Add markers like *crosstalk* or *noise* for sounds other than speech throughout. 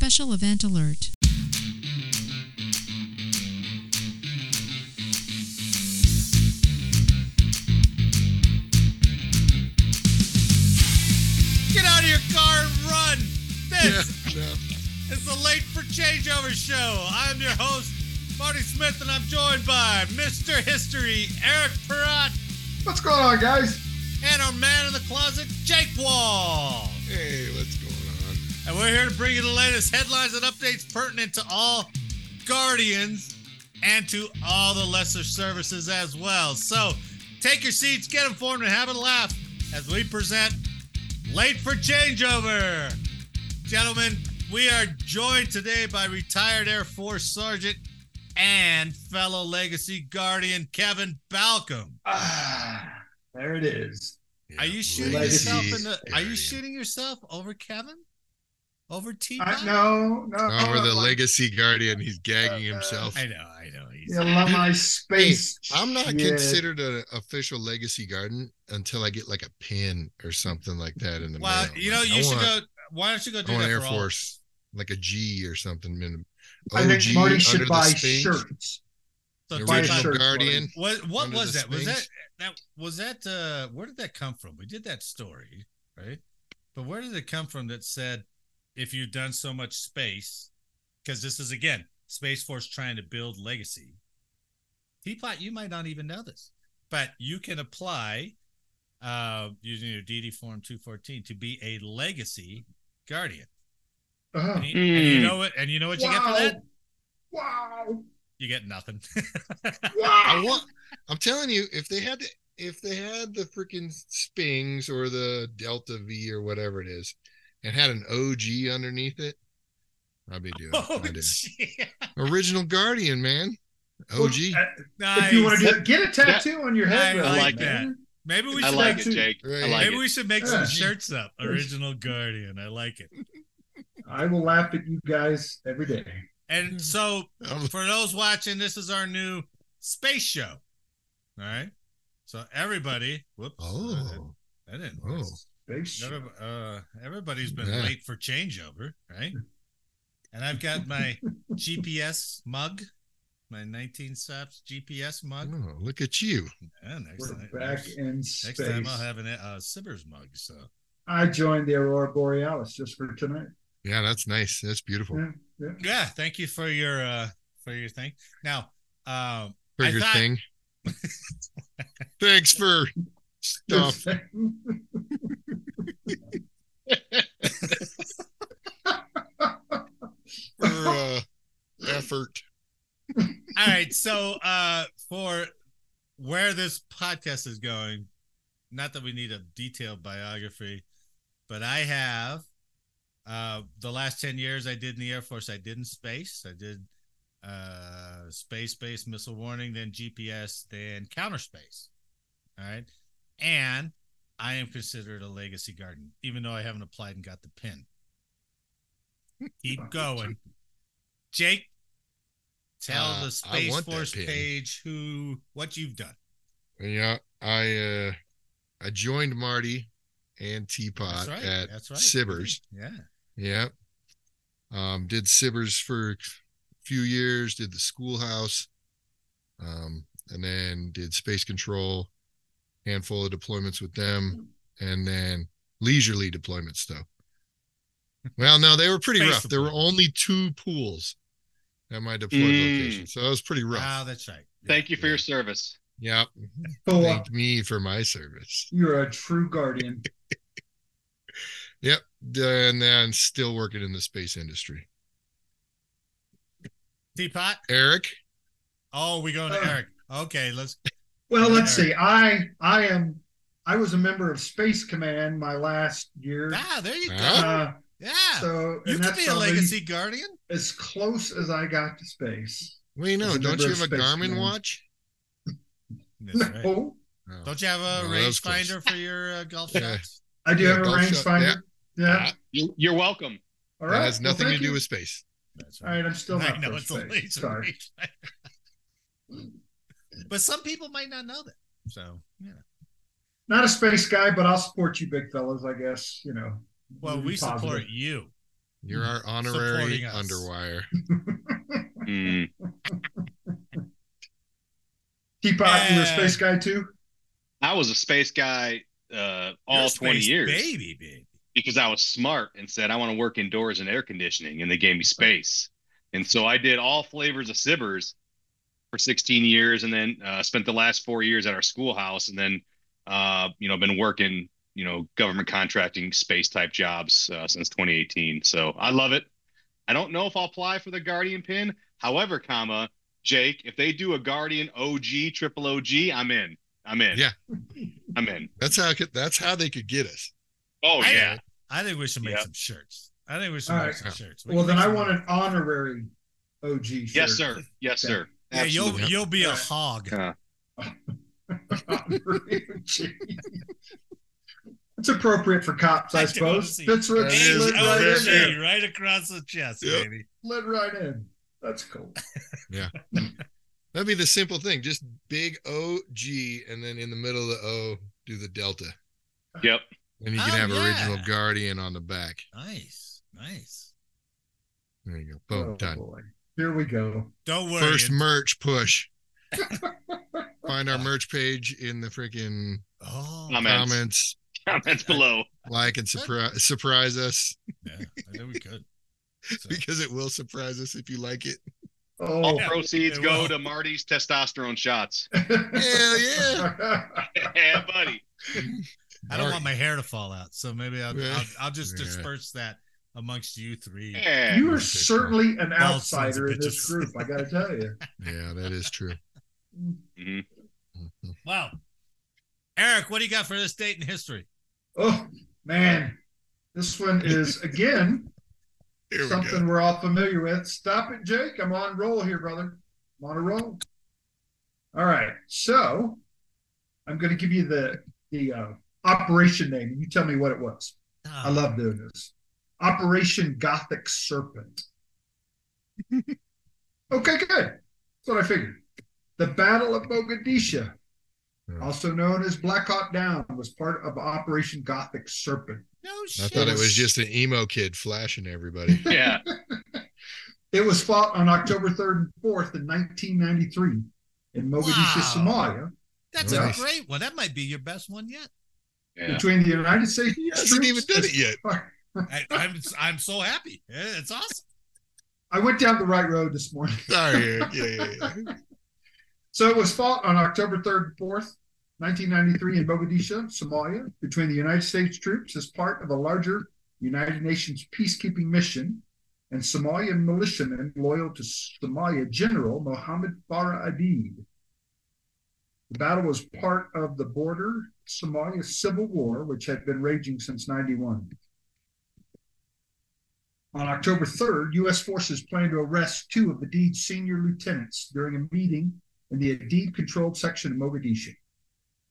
Special Event Alert. Get out of your car and run! Yeah, This no. is the Late for Changeover Show. I'm your host, Marty Smith, and I'm joined by Mr. History, Eric Perrott, What's going on, guys? and our man in the closet, Jake Wall. Hey, what's going on? And we're here to bring you the latest headlines and updates pertinent to all Guardians and to all the lesser services as well. So take your seats, get informed, and have a laugh as we present Late for Changeover. Gentlemen, we are joined today by retired Air Force Sergeant and fellow Legacy Guardian Kevin Balcom. Ah, there it is. Are you shooting Legacy yourself in the? Are you shooting yourself over Kevin? Over T? I, no, no. Over the like legacy guardian, he's gagging himself. I know, I know. He's, The alumni space. I'm not shit. considered an official legacy garden until I get like a pin or something like that in the Well, mail. you know, Like, you I should want, go. Why don't you go do I want that Air for all- Force, like a G or something. Minimum. I think OG Marty under should the buy Sphinx, shirts. So the two buy a times- original shirt, guardian. *laughs* What what under was the that? Was that Sphinx. that was that? uh Where did that come from? We did that story, right? But where did it come from that said, if you've done so much space, because this is again Space Force trying to build legacy. Teapot, you might not even know this, but you can apply uh using your DD form 214 to be a legacy guardian. Oh, And you, and Hmm. you know what? And you know what you get for that? wow. *laughs* Wow. You get nothing. I Wow. want. I'm telling you, if they had, the, if they had the freaking Spings or the Delta V or whatever it is, and had an OG underneath it, I'd be doing. *laughs* Oh, fine. gee. Original Guardian, man. OG. Well, uh, If nice. you want to do, get a tattoo on your head. I though, like man. maybe we I should like make, it, Jake. Right. I like maybe we should make some Yeah. shirts *laughs* up. Original Guardian. I like it. I will laugh at you guys every day. Hmm. And so I'm- for those watching, this is our new space show. All right. So everybody, whoops. oh, I didn't. oh. Big shit. Everyb- uh, everybody's been Yeah. late for changeover, right? And I've got *laughs* my GPS mug, my 19 stops GPS mug. oh, look at you. Yeah, next Hmm. time, We're back next, in next space. time I'll have an uh, Sibbers mug. So I joined the Aurora Borealis just for tonight. Yeah, that's nice. That's beautiful. Yeah, yeah. yeah, thank you for your uh for your thing. Now, um, For I your thought- *laughs* thing. Thanks for *laughs* stuff. *laughs* for uh, effort. all right. So uh for where this podcast is going, not that we need a detailed biography, but I have uh the last 10 years I did in the Air Force, I did in space. I did uh space based missile warning, then GPS, then counter space. All right. And I am considered a legacy garden, even though I haven't applied and got the pin. Keep going. Jake, tell Uh, I the Space want that Force pin. page who what you've done. Yeah, I uh, I joined Marty and Teapot That's right. Uh, at That's right. Sibbers. Yeah. Yeah. Um, did Sibbers for a few years, did the schoolhouse, um, and then did space control, handful of deployments with them, Mm. and then leisurely deployments *laughs* though. Well, no, they were pretty Space rough. There were deployment. only two pools at my deployed Mm. location. So that was pretty rough. Wow, Ah, that's right. Yeah. Thank you for yeah. your service. yeah. Boy, Thank me for my service. You're a true guardian. Yep. And then still working in the space industry. Teapot. Eric, Oh, we going to Uh. Eric. Okay, let's Well, let's see. I I am I was a member of Space Command my last year. Ah, there you go. Huh? Uh, yeah. so you and could that's be a probably legacy guardian. as close as I got to space. Wait, As no, a don't member you of have a Space Garmin Command. watch? Oh. That's right. No, No. Don't you have a No, that was close. rangefinder for your uh, golf Yeah. shots? I do Yeah, have a golf shot, rangefinder. Yeah. Ah, You, you're welcome. All that right. has Well, nothing thank to do you. with space. That's All right, I'm still I not know for it's a space. laser Sorry. rangefinder. but some people might not know that. So yeah. Not a space guy, but I'll support you, big fellas. I guess you know. Well, Be we positive. support you. You're our Mm-hmm. honorary Supporting us. underwire. Hmm. Mm, Teapot, you were a Yeah. space guy too? *laughs* I was a space guy uh, You're all a 20 space years baby, baby. because I was smart and said, I want to work indoors in air conditioning. And they gave me space. And so I did all flavors of Sibbers for 16 years and then uh, spent the last four years at our schoolhouse. And then, uh, you know, been working, you know, government contracting space type jobs uh, since 2018. So I love it. I don't know if I'll apply for the Guardian pin. However, comma, Jake, if they do a Guardian OG, triple OG, I'm in. I'm in. Yeah. I'm in. That's how. could- That's how they could get us. Oh, I- yeah. I think we should make Yeah. some shirts. I think we should All make right. some shirts. We Well, can then make I some- want an honorary OG. Shirt. Yes, sir. Yes, Yeah. sir. Yeah, you'll Absolutely. you'll be a Right. hog. Honorary OG. It's appropriate for cops, I Thank you, suppose. Lucy. Fits right, That Hey, is slid right oh, in there. gee, right across the chest, Yep. baby. Slid right in. That's cool. That'd be the simple thing. Just big O G, and then in the middle of the O, do the delta, Yep. and you can Oh, have yeah. original guardian on the back. Nice, nice. There you go. Boom. Oh, done. boy. Here we go. Don't worry. First merch *laughs* push. Find our merch page in the freaking oh, I'm Comments. comments. Comments below. Like and surprise surprise us yeah, I think we *laughs* could. So, because it will surprise us if you like it. Oh, *laughs* All proceeds it go will. to Marty's testosterone shots. Hell yeah. yeah, buddy. *laughs* I don't Marty. want my hair to fall out, so maybe I'll Yeah. I'll, I'll just Yeah. disperse that amongst you three. Yeah. you are certainly an All sons of outsider in this bitches. group. I got to tell you. Yeah, that *laughs* is true. Mhm. Mhm. Wow, Eric, what do you got for this date in history? Oh man, this *laughs* one is again Here we go. something we're all familiar with. Stop it, Jake. I'm on roll here, brother. I'm on a roll. All right, so I'm going to give you the the uh, operation name. You tell me what it was. I Ah, love doing this. Operation Gothic Serpent. okay, good. That's what I figured. The Battle of Mogadishu, Hmm. also known as Black Hawk Down, was part of Operation Gothic Serpent. no I shit. thought it was just an emo kid *laughs* flashing everybody. *laughs* Yeah. It was fought on October 3rd and 4th in 1993 in Mogadishu, Wow. Somalia, That's Nice. a great one. That might be your best one yet. Yeah. Uh, between the United States. He hasn't even done it yet. I, I'm I'm so happy. Yeah, It's awesome. I went down the right road this morning. Sorry, *laughs* Eric. Yeah, yeah, yeah. So it was fought on October 3rd and 4th, 1993, in Mogadishu, Somalia, between the United States troops as part of a larger United Nations peacekeeping mission and Somalian militiamen loyal to Somalia General Mohammed Farah Adid. The battle was part of the border Somalia civil war, which had been raging since 91. On October 3rd, U.S. forces planned to arrest two of Adid's senior lieutenants during a meeting in the Adid controlled section of Mogadishu.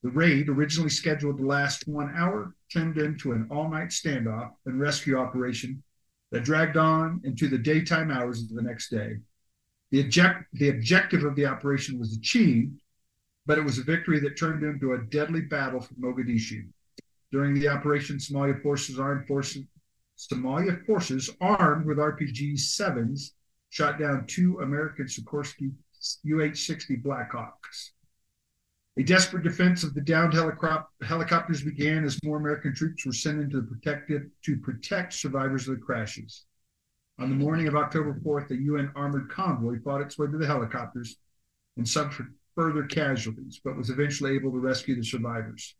The raid, originally scheduled to last one hour, turned into an all night standoff and rescue operation that dragged on into the daytime hours of the next day. The, object- the objective of the operation was achieved, but it was a victory that turned into a deadly battle for Mogadishu. During the operation, Somalia forces armed forces, Somalia forces armed with RPG 7s shot down two American Sikorsky UH 60 Blackhawks. A desperate defense of the downed helicop- helicopters began as more American troops were sent into the protective to protect survivors of the crashes. On the morning of October 4th, a UN armored convoy fought its way to the helicopters and suffered further casualties, but was eventually able to rescue the survivors.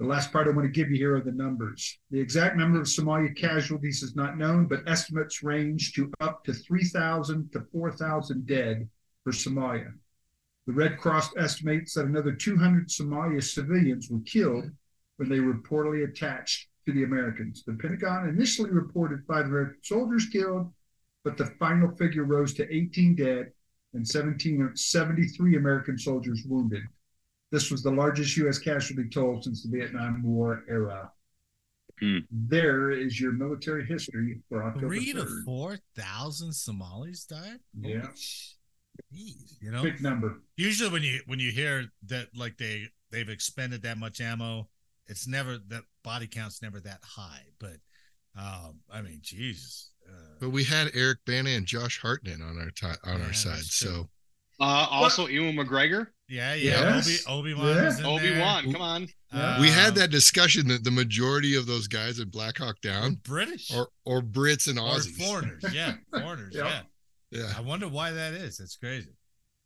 The last part I want to give you here are the numbers. The exact number of Somalia casualties is not known, but estimates range to up to 3,000 to 4,000 dead for Somalia. The Red Cross estimates that another 200 Somalia civilians were killed when they were reportedly attached to the Americans. The Pentagon initially reported 500 soldiers killed, but the final figure rose to 18 dead and 17, 73 American soldiers wounded. This was the largest U.S. casualty toll since the Vietnam War era. Hmm. There is your military history for October Three to 3rd. four thousand Somalis died. Holy Yeah. sh- Jeez, you know, Big number. usually when you when you hear that like they they've expended that much ammo, it's never that body count's never that high. But Um, I mean, Jesus. Uh, But we had Eric Bana and Josh Hartnett on our ti on Yeah, our side, that's true. so Uh, also, Ewan McGregor, yeah, yeah. Yes. Obi Obi Wan. Yeah. was in Obi Wan. there. Come on, there. Yeah. we had Um, that discussion that the majority of those guys at Black Hawk or Down British or or Brits and or Aussies. foreigners. *laughs* Yeah, foreigners. Yeah. yeah. yeah, I wonder why that is. That's crazy.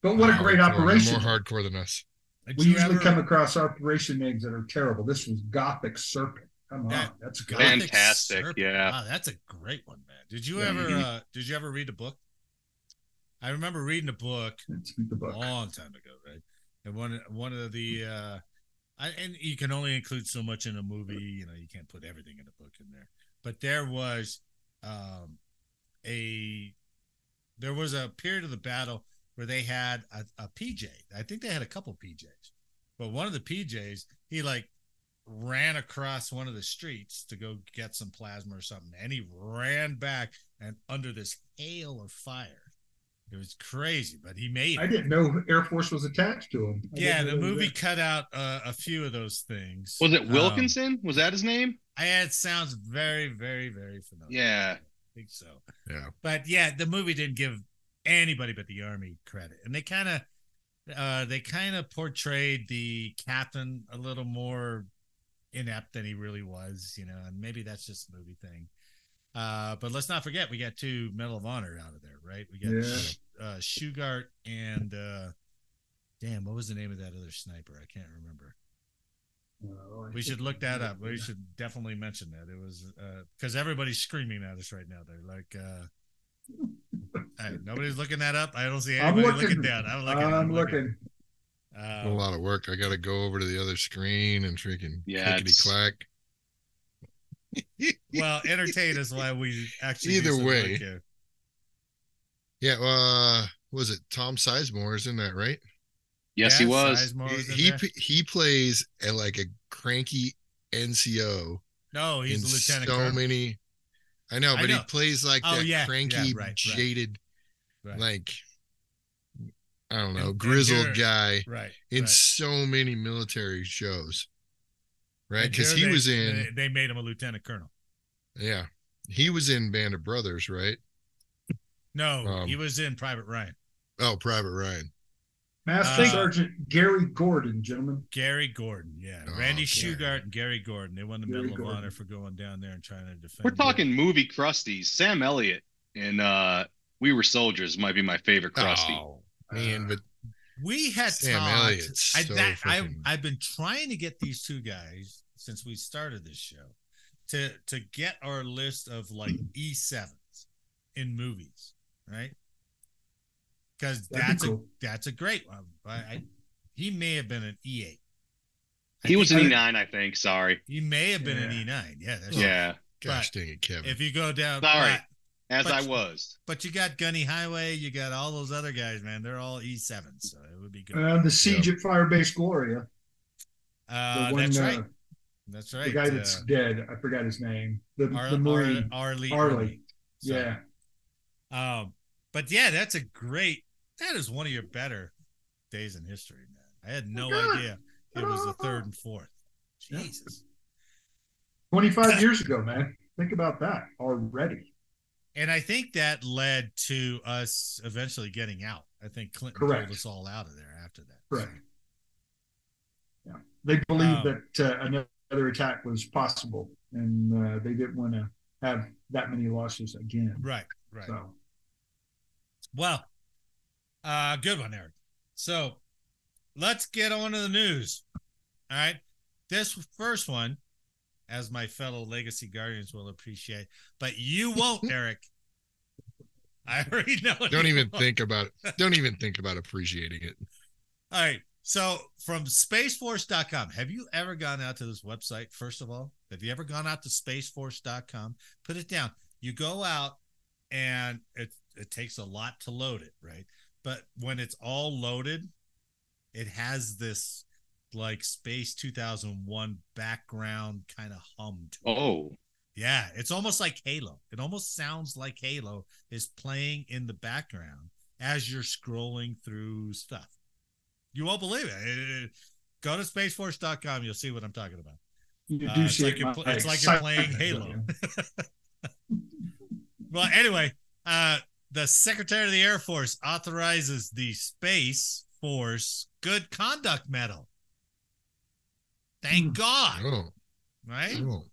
But what a They're great hardcore. They're operation. More hardcore than us. Did We you usually ever- come across operation names that are terrible. This was Gothic Serpent. Come on, Yeah. that's good. Gothic Fantastic, Serpent. yeah. Wow, that's a great one, man. Did you Yeah. ever Mhm. uh, did you ever read the book? I remember reading a book Let's read the a book. long time ago, right? And one one of the uh I, and you can only include so much in a movie, you know, you can't put everything in a book in there. But there was um a there was a period of the battle where they had a, a PJ. I think they had a couple PJs, but one of the PJs he like ran across one of the streets to go get some plasma or something, and he ran back and under this hail of fire. It was crazy, but he made it. I didn't know Air Force was attached to him. I Yeah, the didn't know movie that. cut out uh, a few of those things. was it Um, Wilkinson? was that his name? I, it sounds very, very, very familiar. Yeah. I think so. Yeah. But yeah, the movie didn't give anybody but the army credit, and they kind of, uh, they kind of portrayed the captain a little more inept than he really was, you know. And maybe that's just a movie thing. Uh, but let's not forget we got two Medal of Honor out of there, right? We got Yeah. uh, Shugart and uh, damn, what was the name of that other sniper? I can't remember. No, Oh, I We should think- look that up. We should definitely mention that. It was because everybody's screaming at us right now. They're like, uh, hey, nobody's looking that up. I don't see I'm anybody looking, looking. down. I'm looking. I'm looking. Uh, a lot of work. I got to go over to the other screen and freaking Yeah, clickety it's- clack. well, entertain is why we actually. Either do some way. work here. Yeah, uh, was it Tom Sizemore? Isn't that right? Yes, Yeah, he was. Sizemore was in he there. p- he plays a, like a cranky NCO no, Oh, he's in the lieutenant. so colonel. many. I know, I but know. he plays like Oh, that yeah, yeah, cranky, right, right. jaded, right. like I don't know, And- and grizzled here- guy right. in right. so many military shows, right? And Because here he they- was in. They, they made him a lieutenant colonel. Yeah. He was in Band of Brothers, right? No, Um, he was in Private Ryan. Oh, Private Ryan. Master Uh, Sergeant Gary Gordon, gentlemen. Gary Gordon, yeah, Oh, Randy Gary. Shugart and Gary Gordon. They won the Gary Medal of Gordon. Honor for going down there and trying to defend. We're talking movie crusties. Sam Elliott and uh, We Were Soldiers might be my favorite crusty. Oh, man, but We had Sam talked. Elliott's Uh, I, so that, I, freaking- I've been trying to get these two guys since we started this show to to get our list of like Mm-hmm. E sevens in movies, right? Because That'd be that's a cool. that's a great one. I, I, he may have been an E eight. he was an think- E nine, I think. Sorry. He may have been an Yeah. E nine. Yeah, that's right. Yeah, gosh dang it, Kevin. If you go down, Sorry. but- as But- I was. But you got Gunny Highway, you got all those other guys, man. They're all E sevens, so it would be good. Uh, the siege at Firebase Gloria. The Uh, one, that's uh, right. That's right. the guy uh, that's dead. I forgot his name. The, Ar- the Marine. Ar- Arlie. Arlie. So, yeah. Um, but yeah, that's a great. That is one of your better days in history, man. I had no God. idea it was the third and fourth. Jesus. *laughs* 25 years ago, man. Think about that already. And I think that led to us eventually getting out. I think Clinton Correct. pulled us all out of there after that. Correct. Yeah. They believed Um, that uh, another attack was possible, and uh, they didn't want to have that many losses again. Right. Right. So, Well, uh, good one, Eric. So let's get on to the news. All right. This first one, as my fellow legacy guardians will appreciate, but you won't, Eric. I already know. Don't you even won't. think about it. Don't even think about appreciating it. All right. So from spaceforce.com, have you ever gone out to this website? First of all, have you ever gone out to spaceforce.com? Put it down. You go out and it it takes a lot to load it, right? But when it's all loaded, it has this like space 2001 background kind of hum to it. Oh, Yeah, it's almost like Halo. It almost sounds like Halo is playing in the background as you're scrolling through stuff. You won't believe it. It- it- Go to spaceforce.com. You'll see what I'm talking about. you Uh, do it's see like it, you're my pl- it's like you're playing excitement, Halo. well, anyway, uh, the Secretary of the Air Force authorizes the Space Force Good Conduct Medal. Thank God, Oh, right? oh.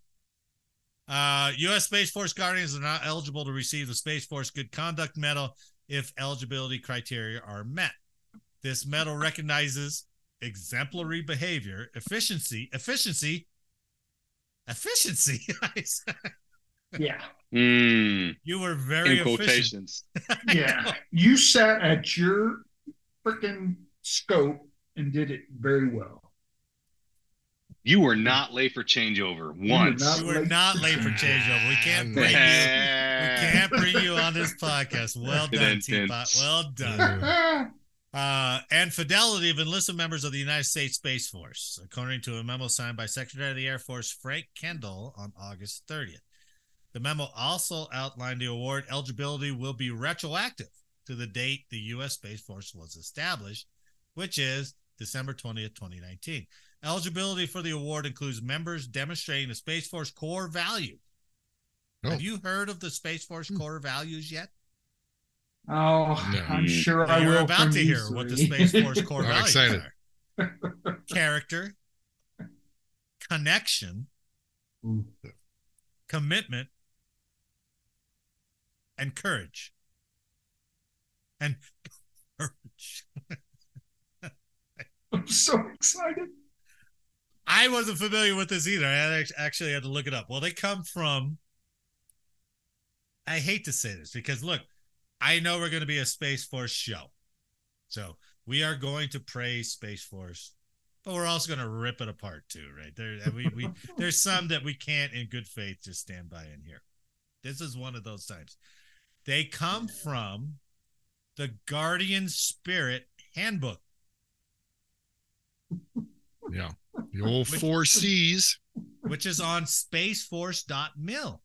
Uh, U.S. Space Force Guardians are not eligible to receive the Space Force Good Conduct Medal if eligibility criteria are met. This medal recognizes exemplary behavior, efficiency, efficiency, efficiency. *laughs* Yeah. Mm, you were very in efficient. quotations. Yeah. You sat at your freaking scope and did it very well. You were not late for changeover were once. not- You were not late for changeover. We *laughs* can't bring you. We can't bring you on this podcast. Well done, Teapot. Well done. Uh, and fidelity of enlisted members of the United States Space Force, according to a memo signed by Secretary of the Air Force Frank Kendall on August 30th. The memo also outlined the award eligibility will be retroactive to the date the U.S. Space Force was established, which is December 20th, 2019. Eligibility for the award includes members demonstrating the Space Force core value. Oh. Have you heard of the Space Force core values yet? *laughs* Oh, No. I'm sure I Well, you're will about from to you hear what the three. Space *laughs* Force core I'm values excited. are. Character, connection, Ooh. commitment, and courage. And *laughs* courage. I'm so excited. I wasn't familiar with this either. I act- actually had to look it up. Well, they come from. I hate to say this because look, I know we're going to be a Space Force show. So we are going to praise Space Force, but we're also going to rip it apart too, right? There, and we, we, there's some that we can't in good faith just stand by in here. This is one of those times. They come from the Guardian Spirit Handbook. Yeah. The old four C's. which is on spaceforce.mil.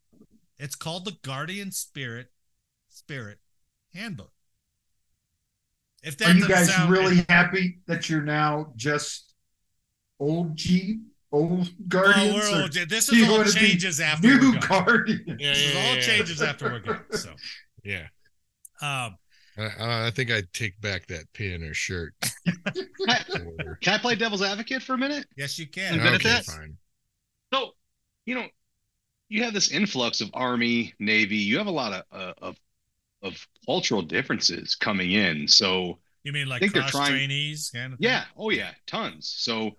It's called the Guardian Spirit Spirit Handbook. If that Are you doesn't guys sound- really happy that you're now just old G, old well, Guardians, we're or all- this you is all wanna be changes after we're new gone. Guardians? Yeah, This is all changes after we're gone. So, Yeah. um, I, I think I'd take back that pin or shirt. Or- Can I play devil's advocate for a minute? yes, you I'm good can. at okay, that. fine. So, you know, you have this influx of Army, Navy. You have a lot of uh, of of cultural differences coming in. So, You mean like think they're cross trying- trainees? Kind of thing? yeah, oh yeah, tons. So,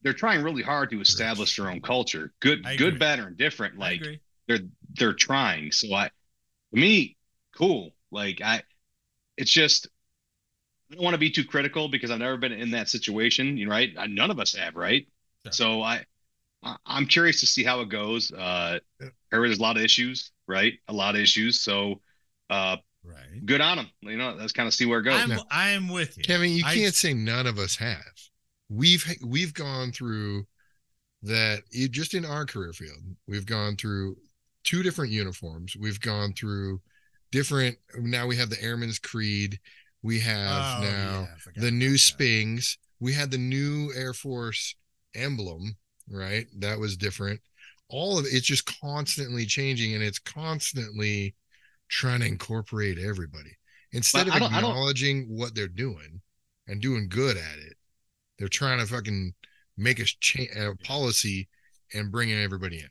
they're trying really hard to establish their own culture. Good, I agree. good, bad, or indifferent. I Like agree. they're they're trying. So I, to me, cool. Like I, it's just I don't want to be too critical because I've never been in that situation. You know, right? Uh, None of us have, right? Sure. So I, I, I'm curious to see how it goes. Uh, Yeah. there's a lot of issues, right? A lot of issues. So, uh, Right. good on them. You know, let's kind of see where it goes. I'm, I'm with you. Kevin, you I- can't say none of us have. We've we've gone through that it, just in our career field. We've gone through two different uniforms. We've gone through different. Now we have the Airman's Creed. We have Oh, now yeah, I forgot the about new that. Spings. We had the new Air Force emblem, right? That was different. All of it's just constantly changing, and it's constantly trying to incorporate everybody instead But of I don't- I don't- acknowledging what they're doing and doing good at it. They're trying to fucking make a, cha- a policy and bringing everybody in.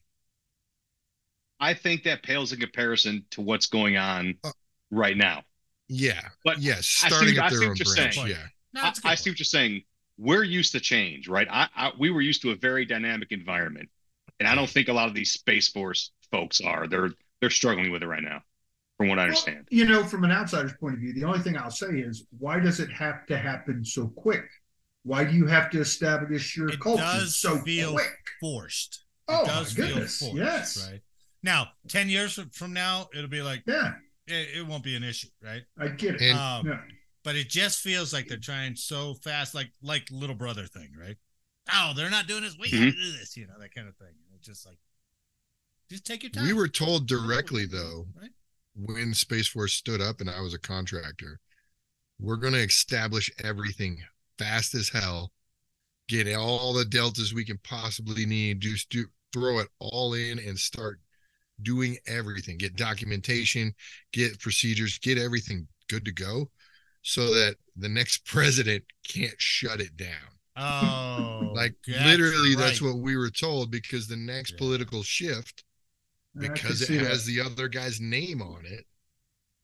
I think that pales in comparison to what's going on Uh, right now. Yeah. But yes. I see- Starting I up see their what own you're branch. saying. Yeah. No, I, it's a good I see point. what you're saying. We're used to change, right? I, I we were used to a very dynamic environment, and I don't think a lot of these Space Force folks are. They're they're struggling with it right now, from what I understand. Well, you know, from an outsider's point of view, the only thing I'll say is, why does it have to happen so quick? Why do you have to establish your It culture does so feel- quick? forced. It Oh does my feel goodness! forced. yes, Right. Now, 10 years fr- from now, it'll be like, yeah, it, it won't be an issue, right? I get it. And um, Yeah. But it just feels like they're trying so fast, like like little brother thing, right? Oh, they're not doing this. We gotta Mm-hmm. do this, you know, that kind of thing. It's just like, just take your time. we were told directly, though, right? when Space Force stood up and I was a contractor, we're going to establish everything fast as hell, get all the deltas we can possibly need, just do, throw it all in and start doing everything, get documentation, get procedures, get everything good to go so that the next *laughs* president can't shut it down. Oh, Like that's literally that's right. what we were told because the next Yeah. political shift I can because it see that. has the other guy's name on it,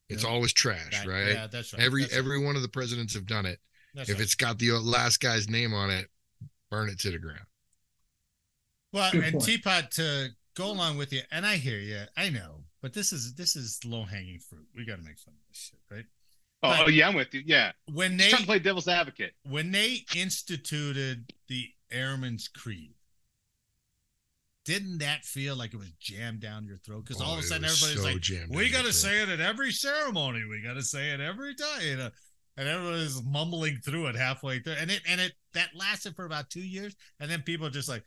it's Yeah. always trash, That- right? Yeah, that's right. Every That's right. every one of the presidents have done it. That's if right. it's got the uh, last guy's name on it, burn it to the ground. Well, Good and point. teapot to go along with you, and I hear you. I know, but this is this is low hanging fruit. We got to make fun of this shit, right? Oh, oh, yeah, I'm with you. Yeah, When just they trying to play devil's advocate. when they instituted the Airman's Creed, didn't that feel like it was jammed down your throat? Because all Oh, of a it sudden was everybody's so like, jammed "We down got my to throat. say it at every ceremony. We got to say it every time," you know. And everybody's mumbling through it halfway through, and it and it that lasted for about two years, and then people are just like,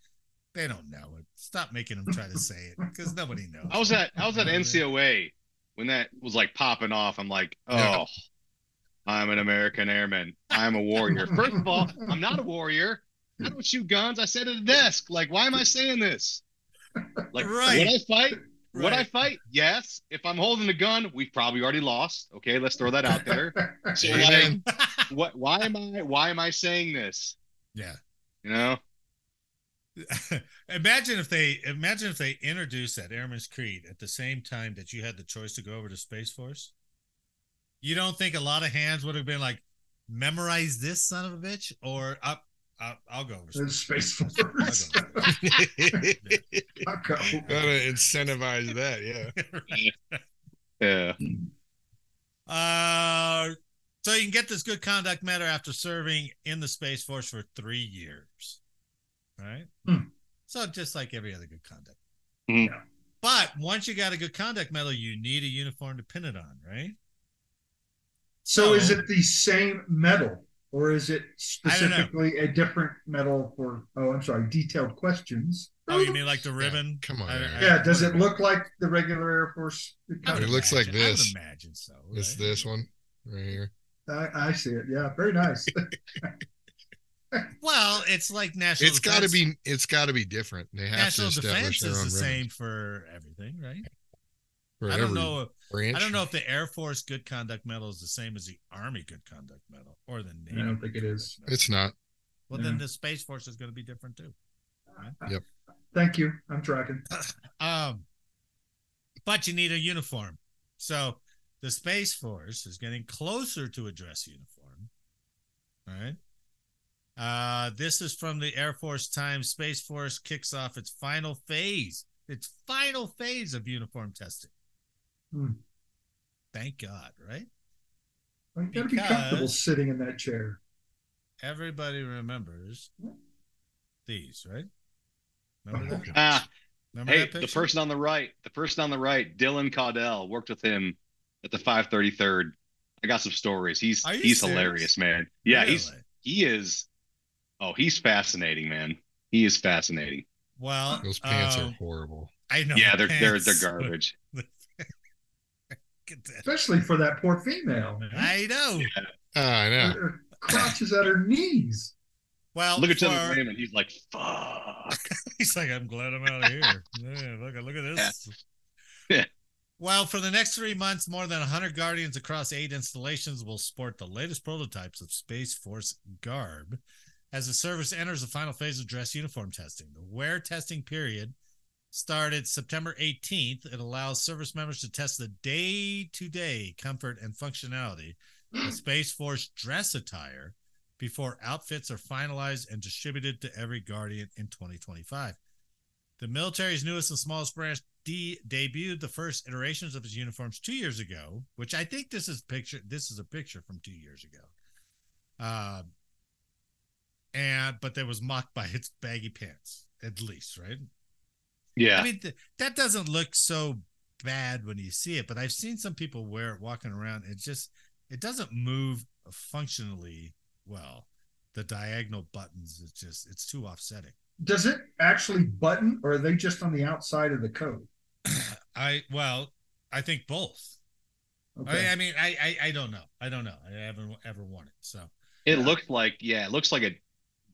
"They don't know it. Stop making them try to say it because nobody knows." I was at I was at Yeah, man. NCOA when that was like popping off. I'm like, oh, Yeah. I'm an American airman. I'm *laughs* a warrior. First of all, I'm not a warrior. I don't shoot guns. I sit at a desk. Like, why am I saying this? Like, Right. would I fight? Would I Right. fight? Yes. If I'm holding a gun, we've probably already lost. Okay, let's throw that out there. *laughs* So, like, Amen. *laughs* what? Why am I? Why am I saying this? yeah. *laughs* You know? imagine if they imagine if they introduced that Airman's Creed at the same time that you had the choice to go over to Space Force. You don't think a lot of hands would have been like, memorize this son of a bitch, or up, up I'll go over. There's Space *laughs* *laughs* Force. Force. I'll go over *laughs* Fuck off. Gotta incentivize that, yeah. there. Yeah. Uh, so you can get this good conduct medal after serving in the Space Force for three years, right? Hmm. So just like every other good conduct. Hmm. Yeah. But once you got a good conduct medal, you need a uniform to pin it on, right? So is it the same medal or is it Oh, I don't know. specifically a different medal for, oh, I'm sorry, detailed questions? Oh, you mean like the ribbon? come on, I- Aaron. I- Yeah, does it look like the regular Air Force? I would It looks like imagine- I would this. imagine so. It's right? this one right here. Oh, I, I see it. Yeah, *laughs* very nice. Well, it's like national. It's got to defense- be. It's got to be different. They have National to defense establish their is own the same ribbons for everything, right? for I don't every know. branch. I don't know if the Air Force Good Conduct Medal is the same as the Army Good Conduct Medal or the Navy. don't think Good it is. Conduct Medal. It's not. *laughs* well, then Yeah. the Space Force is going to be different too. Yep. Thank you. I'm tracking. Um, but you need a uniform, so the Space Force is getting closer to a dress uniform. All right. Uh, this is from the Air Force Times. Space Force kicks off its final phase, its final phase of uniform testing. Hmm. Thank God, right? You gotta be Because- comfortable sitting in that chair. everybody remembers these, right? Remember Oh, that? Ah. Remember Hey, that the picture? person on the right, the person on the right, Dylan Caudell, worked with him at the 533rd. I got some stories. He's Are you he's serious? hilarious, man. Yeah, he's Really? he is. Oh, he's fascinating, man. He is fascinating. well. Those pants are um, horrible. I know. yeah, they're they're pants they're are- garbage. Get that. Especially for that poor female. I know. Ah, I know. Her crotch is at her knees. Well, Look at for, Taylor Raymond. He's like, fuck. *laughs* He's like, I'm glad I'm out of here. Yeah, look, look at this. Yeah. Well, for the next three months, more than 100 Guardians across eight installations will sport the latest prototypes of Space Force garb as the service enters the final phase of dress uniform testing. The wear testing period started September 18th. It allows service members to test the day to day comfort and functionality of Space Force dress attire before outfits are finalized and distributed to every Guardian in 2025. The military's newest and smallest branch D debuted the first iterations of its uniforms two years ago, which I think this is picture. This is a picture from two years ago. Uh, and but that was mocked by its baggy pants, at least, right? Yeah. I mean, th- that doesn't look so bad when you see it, but I've seen some people wear it walking around. It just it doesn't move functionally well. The diagonal buttons, it's just it's too offsetting. Does it actually button or are they just on the outside of the coat? *coughs* I well, I think both. Okay. Oh, I, I mean, I, I I don't know. I don't know. I haven't ever worn it. So it looks like yeah, it looks like a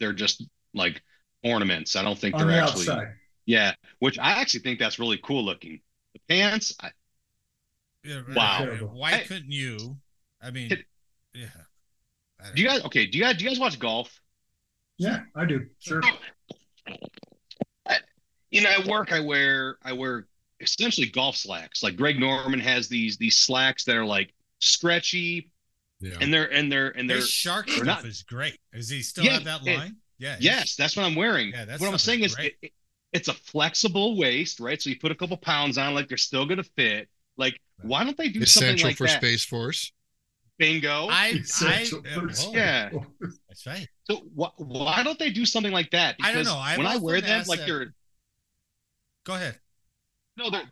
they're just like ornaments. I don't think on they're the actually outside. yeah, which I actually think that's really cool looking. The pants, I, Yeah, right, Wow. right. Why I- couldn't you? I mean, Could- yeah. I don't do you know. guys okay? Do you guys do you guys watch golf? Yeah, I do. Sure. I- you know, at work I wear I wear essentially golf slacks. Like Greg Norman has these these slacks that are like stretchy Yeah. and they're and they're and they're His shark they're stuff not- is great. Is he still Yeah, have that it- line? Yeah. he's- yes, that's what I'm wearing. Yeah, that what I'm stuff is saying is great. it, it- it's a flexible waist, right? So you put a couple pounds on, like they're still gonna fit. Like, why don't they do something Essential like for that? Space Force. Bingo. I, I, Essential uh, for- oh, *laughs* yeah. That's right. So wh- why don't they do something like that? I don't know. I've when I wear often them, asked like that. they're Go ahead. no, they're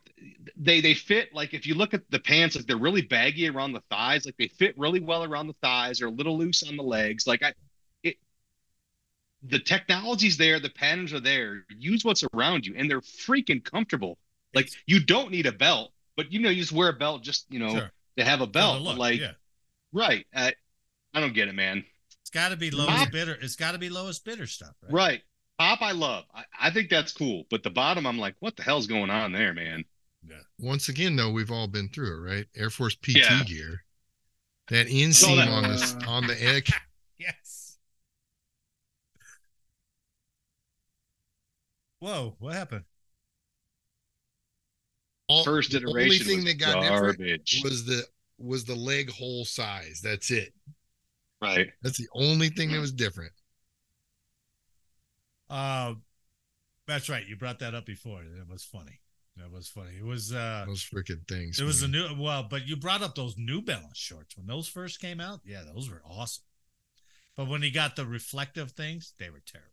they they fit. Like if you look at the pants, like they're really baggy around the thighs. Like they fit really well around the thighs. They're a little loose on the legs. Like I, it, the technology's there. The patterns are there. Use what's around you, and they're freaking comfortable. Like you don't need a belt, but you know you just wear a belt just you know Sure. to have a For the belt. look, But, like yeah. right, I, I don't get it, man. It's got to be My- lowest bidder. It's got to be lowest bidder stuff, right? Right. Pop, I love. I, I think that's cool. But the bottom, I'm like, what the hell's going on there, man? Once again, though, we've all been through it, right? Air Force PT Yeah. gear. That inseam that- on *laughs* the on the edge. Yes. Whoa! What happened? All, First the iteration only thing was that got different garbage. was the was the leg hole size. That's it. right. That's the only thing that Mm-hmm. was different. Uh, that's right. You brought that up before. It was funny. That was funny. It was. uh Those freaking things. It was a man. new. Well, but you brought up those New Balance shorts when those first came out. Yeah, those were awesome. But when he got the reflective things, they were terrible.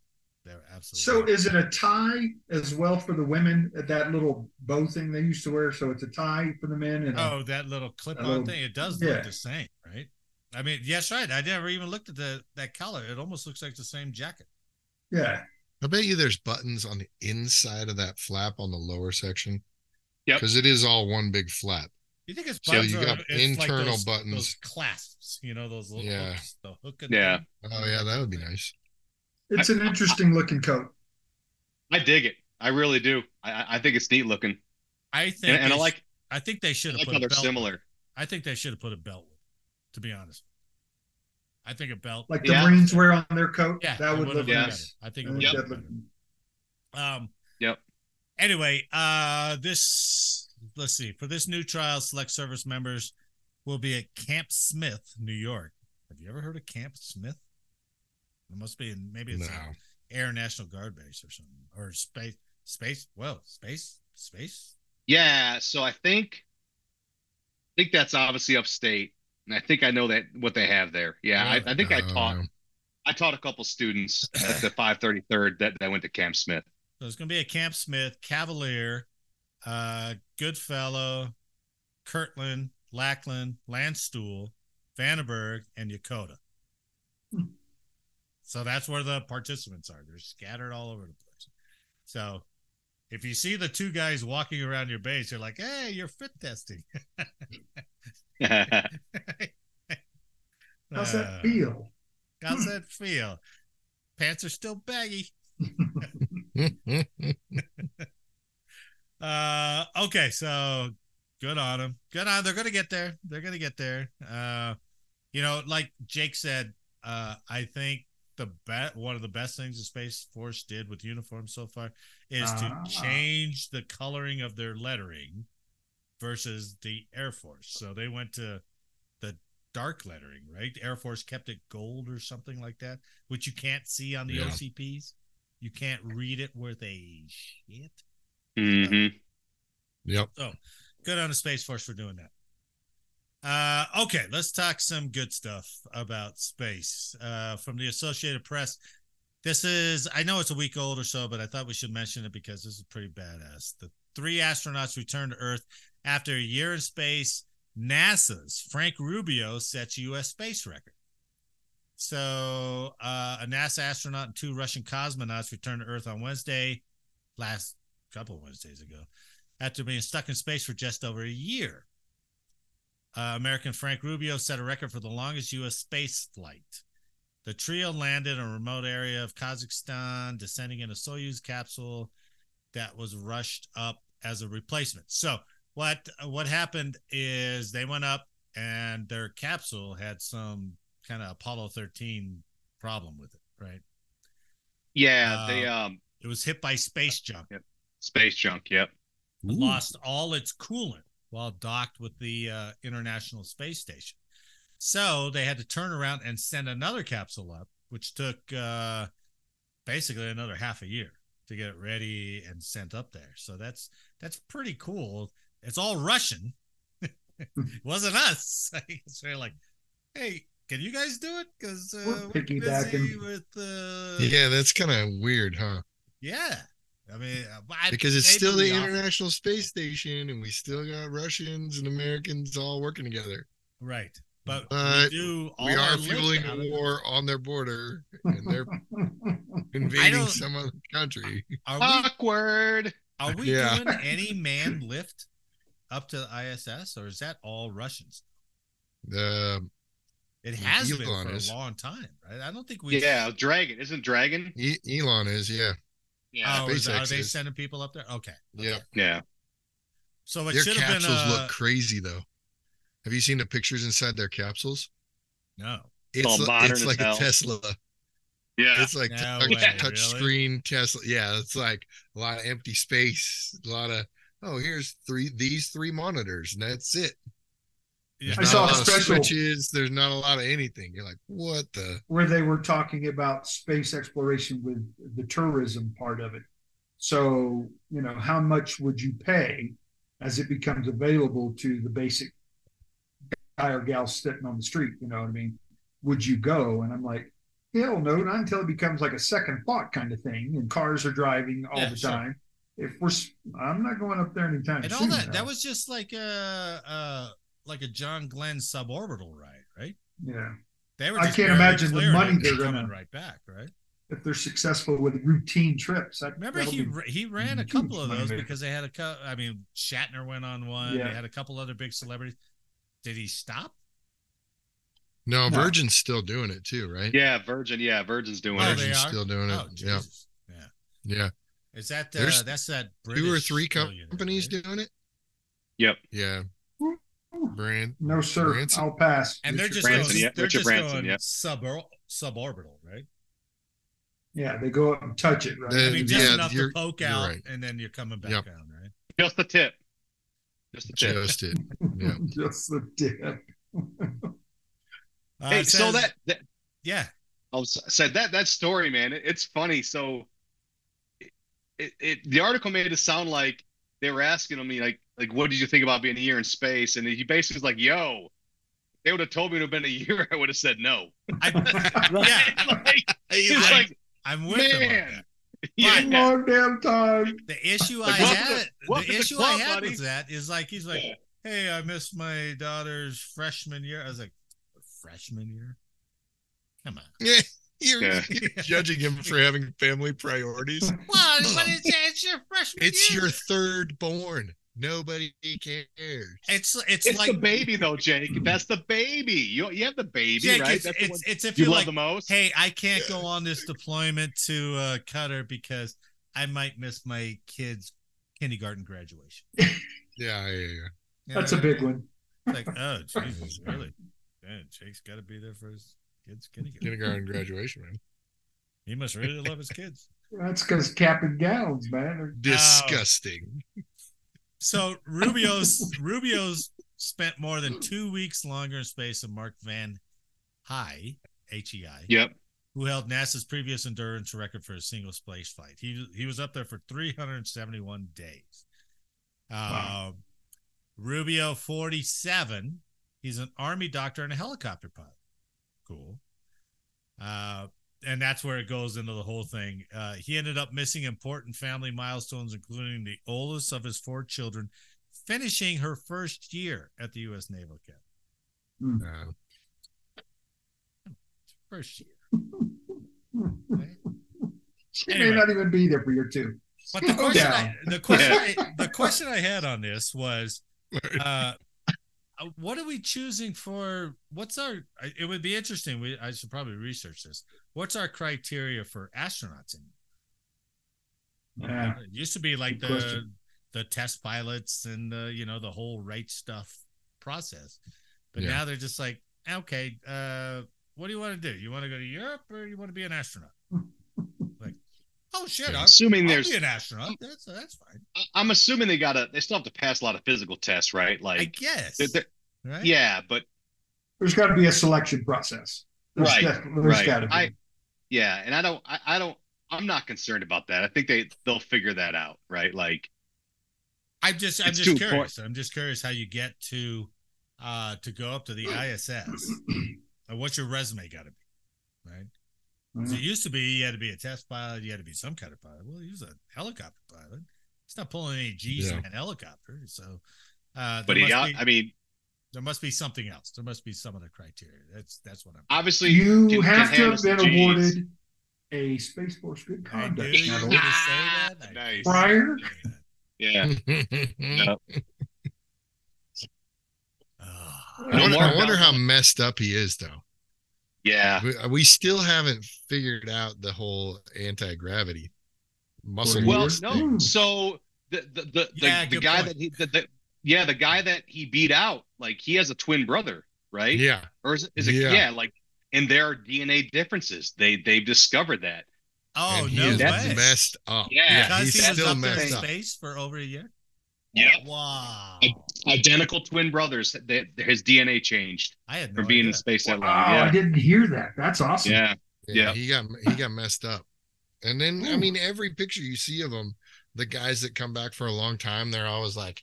They were absolutely. So is it a tie as well for the women? That little bow thing they used to wear. So it's a tie for the men and a- Oh, that little clip-on little- thing. It does yeah. look the same, right? I mean, yes, right. I never even looked at the that color. It almost looks like the same jacket. yeah. I bet you there's buttons on the inside of that flap on the lower section. Yep. Because it is all one big flap. You think it's So buttons you are- got it's like internal those- buttons. those clasps. You know those little Yeah. hooks, the hook. And Yeah. thing? Oh yeah, that would be nice. It's an interesting looking coat. I dig it. I really do. I- I, I think it's neat looking, I think, and, and I they- like I think they I should have like put how a they're belt. similar. I think they should have put a belt with. it, To be honest, I think a belt. Like the Yeah. Marines wear on their coat. yeah, that it would would've look been nice. better. I think I it would think Yep. have that'd been look- better. Um. Yep. Anyway, uh, this let's see. For this new trial, select service members will be at Camp Smith, New York. Have you ever heard of Camp Smith? It must be in maybe it's No. an Air National Guard base or something, or space, space. Well, space, space. Yeah. So I think, I think that's obviously upstate, and I think I know that what they have there. Yeah. I, I think I No, taught. no. I taught a couple students at the 533rd that, that went to Camp Smith. *laughs* So it's going to be a Camp Smith, Cavalier, uh, Goodfellow, Kirtland, Lackland, Landstuhl, Vandenberg, and Yakota. Hmm. So that's where the participants are. They're scattered all over the place. So if you see the two guys walking around your base, you're like, hey, you're fit testing. yeah. How's Uh, that feel? How's that feel? Pants are still baggy. Uh, okay, so good on them. Good on. They're gonna get there. They're gonna get there. Uh, you know, like Jake said, uh, I think the bet one of the best things the Space Force did with uniforms so far is Ah. to change the coloring of their lettering versus the Air Force. So they went to the dark lettering, right? The Air Force kept it gold or something like that, which you can't see on the Yeah. OCPs. You can't read it worth a shit. hmm *laughs* Yep. good on the Space Force for doing that. Uh, okay, let's talk some good stuff about space uh, from the Associated Press. This is, I know it's a week old or so, but I thought we should mention it because this is pretty badass. The three astronauts returned to Earth after a year in space. NASA's Frank Rubio sets U.S. space record. So, uh, a NASA astronaut and two Russian cosmonauts returned to Earth on Wednesday, last couple of Wednesdays ago after being stuck in space for just over a year. Uh, American Frank Rubio set a record for the longest U.S. space flight. The trio landed in a remote area of Kazakhstan, descending in a Soyuz capsule that was rushed up as a replacement. So what what happened is they went up and their capsule had some kind of Apollo 13 problem with it, right? Yeah, Uh, they um It was hit by space junk. space junk. Yep. lost all its coolant while docked with the uh, International Space Station. So they had to turn around and send another capsule up, which took uh, basically another half a year to get it ready and sent up there. So that's that's pretty cool. It's all *laughs* Russian. it wasn't us. *laughs* it's really like, hey, can you guys do it? Because uh, We're we're busy piggybacking. with uh, Yeah, that's kind of weird, huh? yeah. I mean, uh, I- Because it's maybe still the we offered- International Space Station, and we still got Russians and Americans all working together. Right. But, But we do all we our are lift fueling out of a *laughs* it. war on their border, and *laughs* they're *laughs* invading don't- some other country. Are we Awkward. are we Yeah. doing any manned lift up to the ISS or is that all Russians? The um, It has been Elon for is. a long time, right? I don't think we Yeah, Dragon isn't Dragon. E- Elon is, yeah, Yeah, Oh, is- are SpaceX they is. sending people up there? Okay. yeah. yeah. So it their should have capsules been uh, a, look crazy though. Have you seen the pictures inside their capsules? no. It's all li- modern it's as like hell. a Tesla. Yeah. It's like No touch, way, touch really? screen Tesla. Yeah, it's like a lot of empty space, a lot of oh, here's three these three monitors, and that's it. Yeah. There's I not saw a lot of special- switches. There's not a lot of anything. You're like, what the? where they were talking about space exploration with the tourism part of it. So, you know, how much would you pay as it becomes available to the basic guy or gal sitting on the street? You know what I mean? Would you go? And I'm like, hell no, not until it becomes like a second thought kind of thing. And cars are driving all Yeah, the sure. time. If we're, s- I'm not going up there anytime And all soon. that that now. was just like a uh like a John Glenn suborbital ride, right? yeah. They were I just can't barely imagine the clearing money it, they're coming gonna- right back, right? If they're successful with routine trips, that, Remember that'll he be- ra- he ran a huge couple of money those maker. because they had a couple. I mean, Shatner went on one. Yeah. They had a couple other big celebrities. Did he stop? No, No. Virgin's still doing it too, right? Yeah, Virgin. Yeah, Virgin's doing Oh, it. they Virgin's are? still doing it. Oh, yeah, Jesus. Yeah. yeah. Is that uh, There's that's that British Two or three com- billionaire, companies right? doing it. Yep. Yeah, brand. No, sir. Branson? I'll pass. And they're just Branson, going, yeah. they're Richard just Branson, going yeah. subor- suborbital, right? Yeah, they go up and touch it, right? I Uh, mean, just yeah, enough to you're- poke you're out, right. and then you're coming back Yep. down, right? Just the tip. Just the tip. Just it. Yeah. *laughs* just the dip. Uh, hey, it so says- that, that Uh, yeah, I was- said that that story, man. It, it's funny. So, it, it, it the article made it sound like they were asking me like like what did you think about being a year in space? And he basically was like, "Yo, they would have told me to have been a year. *laughs* I would have said no." *laughs* I, yeah, like, he was I- like, I'm with them on that. "Man, yeah, One more damn time. The issue Like, I welcome to- had, welcome to the the issue I club, had buddy. with that is like he's like, "Hey, I missed my daughter's freshman year." I was like, "Freshman year? Come on." Yeah, *laughs* *laughs* you're Yeah. judging him for having family priorities. Well, but it's, it's your freshman It's year. your third born. Nobody cares. It's it's, it's like the baby though, Jake. That's the baby. You you have the baby, Jake, right? it's, That's the it's, one it's if you you're love like, the most. "Hey, I can't go on this deployment to uh, Qatar because I might miss my kid's kindergarten graduation." Yeah, yeah, yeah. You know That's a what I big mean? one. Like, oh Jesus, *laughs* really? Man, Jake's got to be there for his kid's kindergarten. Kindergarten graduation, man. He must really love his kids. That's because cap and gowns, man. Disgusting. So Rubio's Rubio's spent more than two weeks longer in space than Mark Van Hei, H E I, Yep. who held NASA's previous endurance record for a single space flight. He he was up there for 371 days. Wow. Um, Rubio 47. He's an army doctor and a helicopter pilot. Cool. Uh, and that's where it goes into the whole thing. Uh, he ended up missing important family milestones, including the oldest of his four children finishing her first year at the U.S. Naval Academy. *laughs* Uh, First year. She right? may Anyway. not even be there for year two. But the Slow question, I, down. the question, I, the question I had on this was, uh, uh, what are we choosing for? What's our? I- It would be interesting. We I should probably research this. What's our criteria for astronauts? In Yeah. it used to be like Good the question. the the test pilots and the you know the whole right stuff process. But Yeah. now they're just like, okay, uh, what do you want to do? You want to go to Europe or you want to be an astronaut? like, oh shit, Yeah. I'll, Assuming I'll there's, be an astronaut. That's that's fine. I'm assuming they gotta, they still have to pass a lot of physical tests, right? I Like, guess. they're- they're- right? yeah, but There's got to be a selection process. There's Right, got- there's right. got to be. *clears throat* I- yeah, and I don't, I, I don't, I'm not concerned about that. I think they, they'll figure that out, right? Like, I'm just I'm It's just too curious. I'm just curious how you get to uh to go up to the ISS. Uh, What's your resume got to be, right? Mm-hmm. 'Cause It used to be you had to be a test pilot, you had to be some kind of pilot. Well, he was a helicopter pilot. He's not pulling any G's in Yeah. an helicopter, so uh, there, but he must got, be, I mean, there must be something else. There must be some other criteria. That's that's what I'm. obviously, you can- can have to handle have some been Gs. awarded a Space Force Good I knew Conduct you were going to say Medal that. I *laughs* Nice. prior. knew that. yeah, Mm-hmm. Oh, I, wonder, I more wonder about how messed up he is, though. Hmm. yeah. *laughs* We, we still haven't figured out the whole anti gravity muscle. Well, Well, memory no. thing. So the the the, Yeah, the, the good guy point. that he the, the yeah the guy that he beat out like he has a twin brother right yeah, or is, it- is it Yeah. yeah. like and there are DNA difference they they've discovered that oh and he no is way! messed up. Yeah. Because he's he was still up there in messed up. space for over a year. Yep. Wow. identical twin brothers that that his DNA changed I had no from being idea. in space that Oh, long I yeah didn't hear that. That's awesome. yeah Yeah. he got he got messed up. And then I Ooh. mean, every picture you see of him, the guys that come back for a long time, they're always like,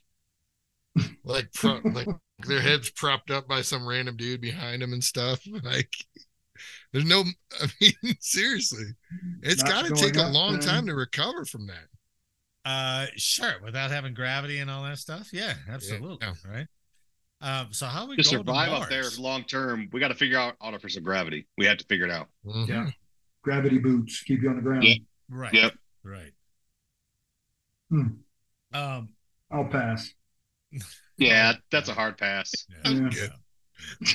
like *laughs* pro- like their heads propped up by some random dude behind them and stuff. *laughs* Like, there's no. *laughs* I mean, seriously, it's Not got to going take a up long and- time to recover from that. Uh, sure, without having gravity and all that stuff. Yeah, absolutely. Yeah. Right. Um, so how are we to going survive to up there Mars? long term we got to figure out artificial gravity we have to figure it out Mhm. Yeah. Gravity boots keep you on the ground. Yeah. Right. Yep. Right. Hmm. Um. I'll pass. yeah that's a hard pass yeah. I'm good.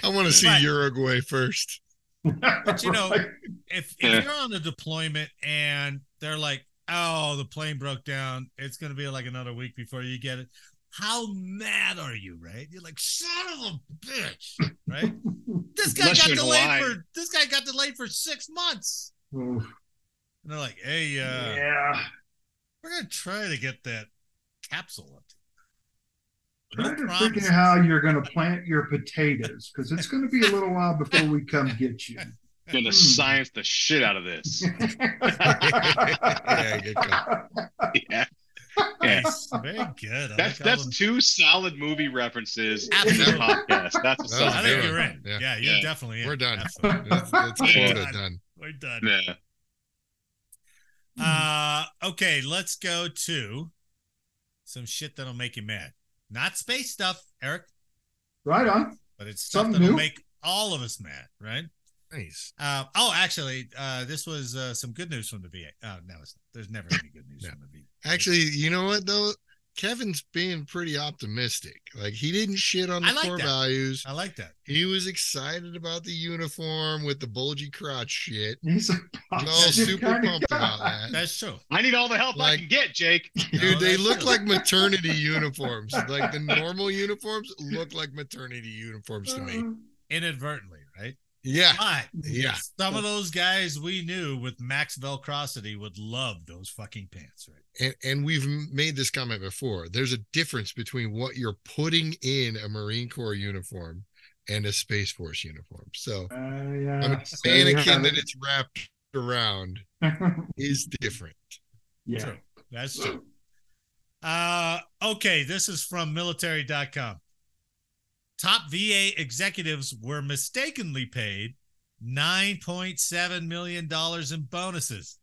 I want to see But- Uruguay first. but *laughs* you know, If if Yeah. you're on a deployment and they're like, "Oh, the plane broke down. It's going to be like another week before you get it." How mad are you, right? You're like, "Son of a bitch!" *laughs* Right? This guy Unless got you're in delayed Hawaii. for this guy got delayed for six months, and they're like, "Hey, uh, yeah. we're gonna try to get that capsule up." No Try to figure promises. how you're going to plant your potatoes because it's going to be a little while before we come get *laughs* you. *laughs* gonna science the shit out of this Yeah, good call. yeah yeah Nice. Very good. I like that's all that's *laughs* them. two solid movie references in this Absolutely. podcast that's what's That was I up good. think you're in. Yeah, Yeah. you're Yeah. definitely in. We're done. Absolutely. That's, that's Yeah. quota done. We're done. yeah Uh, okay, let's go to some shit that'll make you mad. Not space stuff, Eric, Right on. but it's stuff Something that'll new. make all of us mad, right? Nice. Uh, oh, actually, uh, this was uh, some good news from the VA. Oh, no, it's not. there's never any good news No. from the VA. Actually, you know what though? Kevin's being pretty optimistic. Like he didn't shit on I the like core that. values. I like that. He was excited about the uniform with the bulgy crotch shit. He's a Oh, He's all positive super kind of pumped guy. about that. That's true. I need all the help I Like- can get, Jake. Dude, No, they that's look true. *laughs* like maternity uniforms. Like the normal uniforms look like maternity uniforms *laughs* to me. Inadvertently, right? Yeah. But Yeah. some of those guys we knew with max velcrosity would love those fucking pants, right? And and we've made this comment before. There's a difference between what you're putting in a Marine Corps uniform and a Space Force uniform. So Uh, yeah. I'm a So you mannequin have that it. it's wrapped around is different. *laughs* yeah. True. That's true. Uh, okay, this is from military.com. Top VA executives were mistakenly paid $9.7 million in bonuses.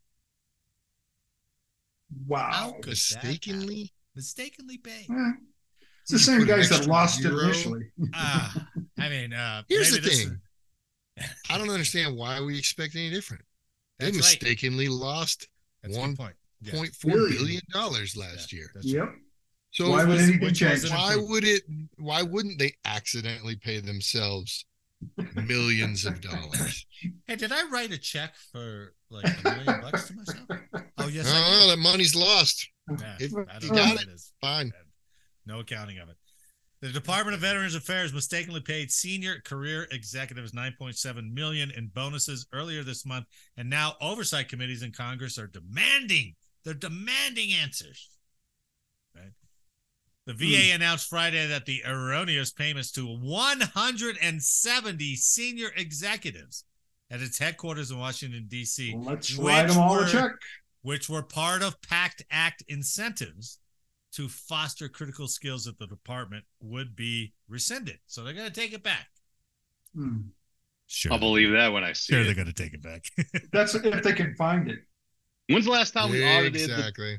Wow. How could that happen? Mistakenly? Mistakenly paid. *laughs* Eh, It's the same You put an guys that extra lost it zero? initially. Uh, I mean, uh, Here's maybe the this is- thing. I don't understand why we expect any different. They That's right. mistakenly lost That's a One good point. Yeah. point four billion Really? dollars last year. That's Yep. So Why why, would was- anything which change? was an improvement. would it? Why wouldn't they accidentally pay themselves millions of dollars? Hey, did I write a check for like a million bucks to myself? Oh, yes, I oh, that money's lost. Yeah, Uh, If I you don't know got what it is. Fine. No accounting of it. The Department of Veterans Affairs mistakenly paid senior career executives 9.7 million in bonuses earlier this month, and now oversight committees in Congress are demanding. They're demanding answers. Right? The VA announced Friday that the erroneous payments to 170 senior executives at its headquarters in Washington D.C Well, let's Which write them all were- a check. which were part of PACT Act incentives to foster critical skills at the department, would be rescinded. So they're going to take it back. Hmm. Sure. I'll believe that when I see Sure, it. they're going to take it back. That's if they can find it. When's the last time we audited? the- Exactly.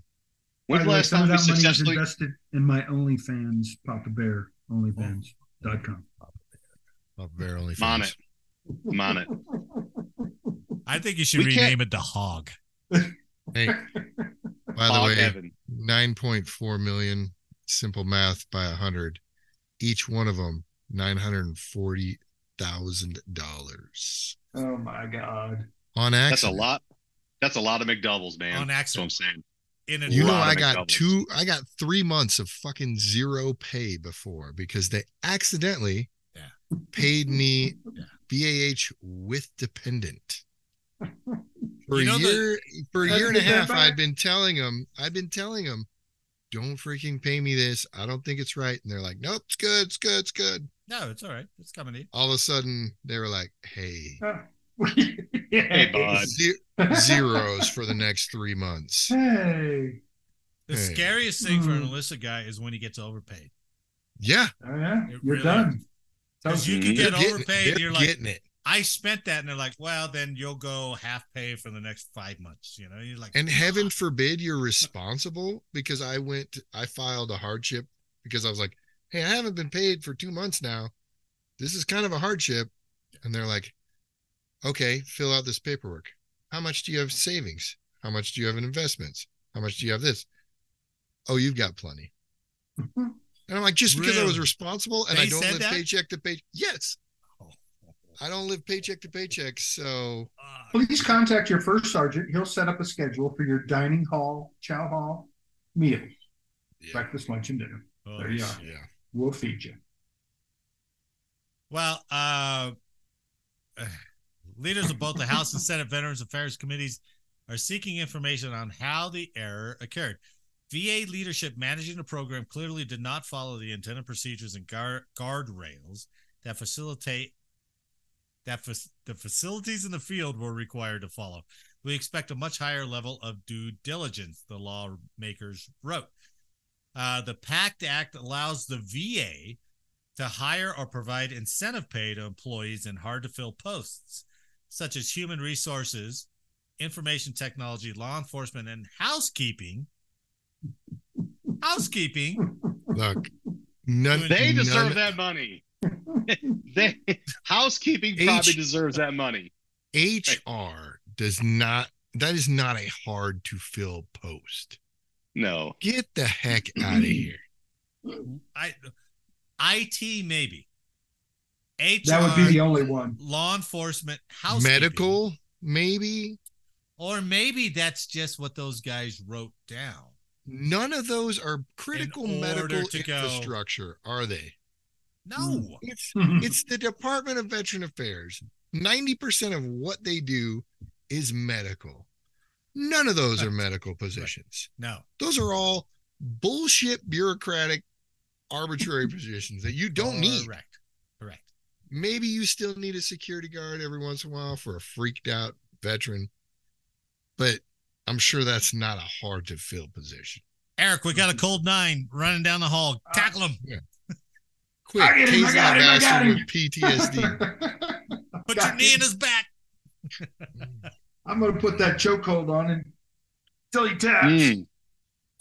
when's By the way, last some of time we that money is successfully? invested in my OnlyFans, Papa Bear, OnlyFans.com. Up there only On fans. it. I'm on it. *laughs* I think you should We can't- rename it the Hog. Hey, by the Hog way, heaven. 9.4 million simple math by 100 each one of them $940,000 *laughs* Oh my God. *laughs* on accident. That's a lot. That's a lot of McDoubles, man. On That's what I'm accident. In saying. a You know lot I of got McDoubles. two I got 3 months of fucking zero pay before because they accidentally Yeah. paid me Yeah. BAH with dependent. For You know a the- year for a That's year and a good, half bad. I'd been telling them I've been telling them don't freaking pay me this. I don't think it's right. And they're like, nope, it's good, it's good, it's good. No, it's all right. It's coming in. all of a sudden they were like, hey, Hey, Uh, bud. ze- zeros for the next three months. Hey. The Hey. scariest thing for an Mm. illicit guy is when he gets overpaid. Yeah, Oh, yeah. It You're really- done. Because Tells you can Mhm. get they're getting it. overpaid. And They're you're like, getting it. I spent that. And they're like, well, then you'll go half pay for the next five months. You know, you're like, And heaven forbid you're responsible because I went, I filed a hardship because I was like, hey, I haven't been paid for two months now. This is kind of a hardship. And they're like, okay, fill out this paperwork. How much do you have savings? How much do you have in investments? How much do you have this? Oh, you've got plenty. Mhm. And I'm like, just because I was Really? responsible and They I don't said live that? Oh. paycheck to paycheck. Yes, I don't live paycheck to paycheck. So Ah, *laughs* Please contact your first sergeant. He'll set up a schedule for your dining hall, chow hall meal, breakfast, lunch, and dinner. There you are. shit. yeah. We'll feed you. Well, uh, *sighs* leaders of both the House and Senate Veterans Affairs Committees are seeking information on how the error occurred. VA leadership managing the program clearly did not follow the intended procedures and guard, guardrails that facilitate that fac the facilities in the field were required to follow. We expect a much higher level of due diligence, the lawmakers wrote. Uh, the PACT Act allows the VA to hire or provide incentive pay to employees in hard to fill posts such as human resources, information technology, law enforcement, and housekeeping. housekeeping. Look, none. They none- deserve that money. *laughs* they housekeeping H- probably deserves that money. HR does not. That is not a hard to fill post. No, Get the heck out of here. I IT maybe. HR That would be the only one. law enforcement *clears throat* housekeeping. Medical, maybe. or maybe that's just what those guys wrote down. None of those are critical order medical to go- infrastructure, are they? No. It's *clears throat* it's the Department of Veteran Affairs. 90% of what they do is medical. None of those are Right. medical positions. No. Those are all bullshit bureaucratic *clears throat* arbitrary positions that you don't need. Correct. Correct. Maybe you still need a security guard every once in a while for a freaked out veteran. But I'm sure that's not a hard to fill position. Eric, we Hmm. got a cold nine running down the hall. Uh, Tackle him. Quick, I got him, I got taser that him, I got bastard him. with *laughs* *laughs* PTSD. Put Got your knee in it. his back. I'm going to put that chokehold on him till he taps. Mm.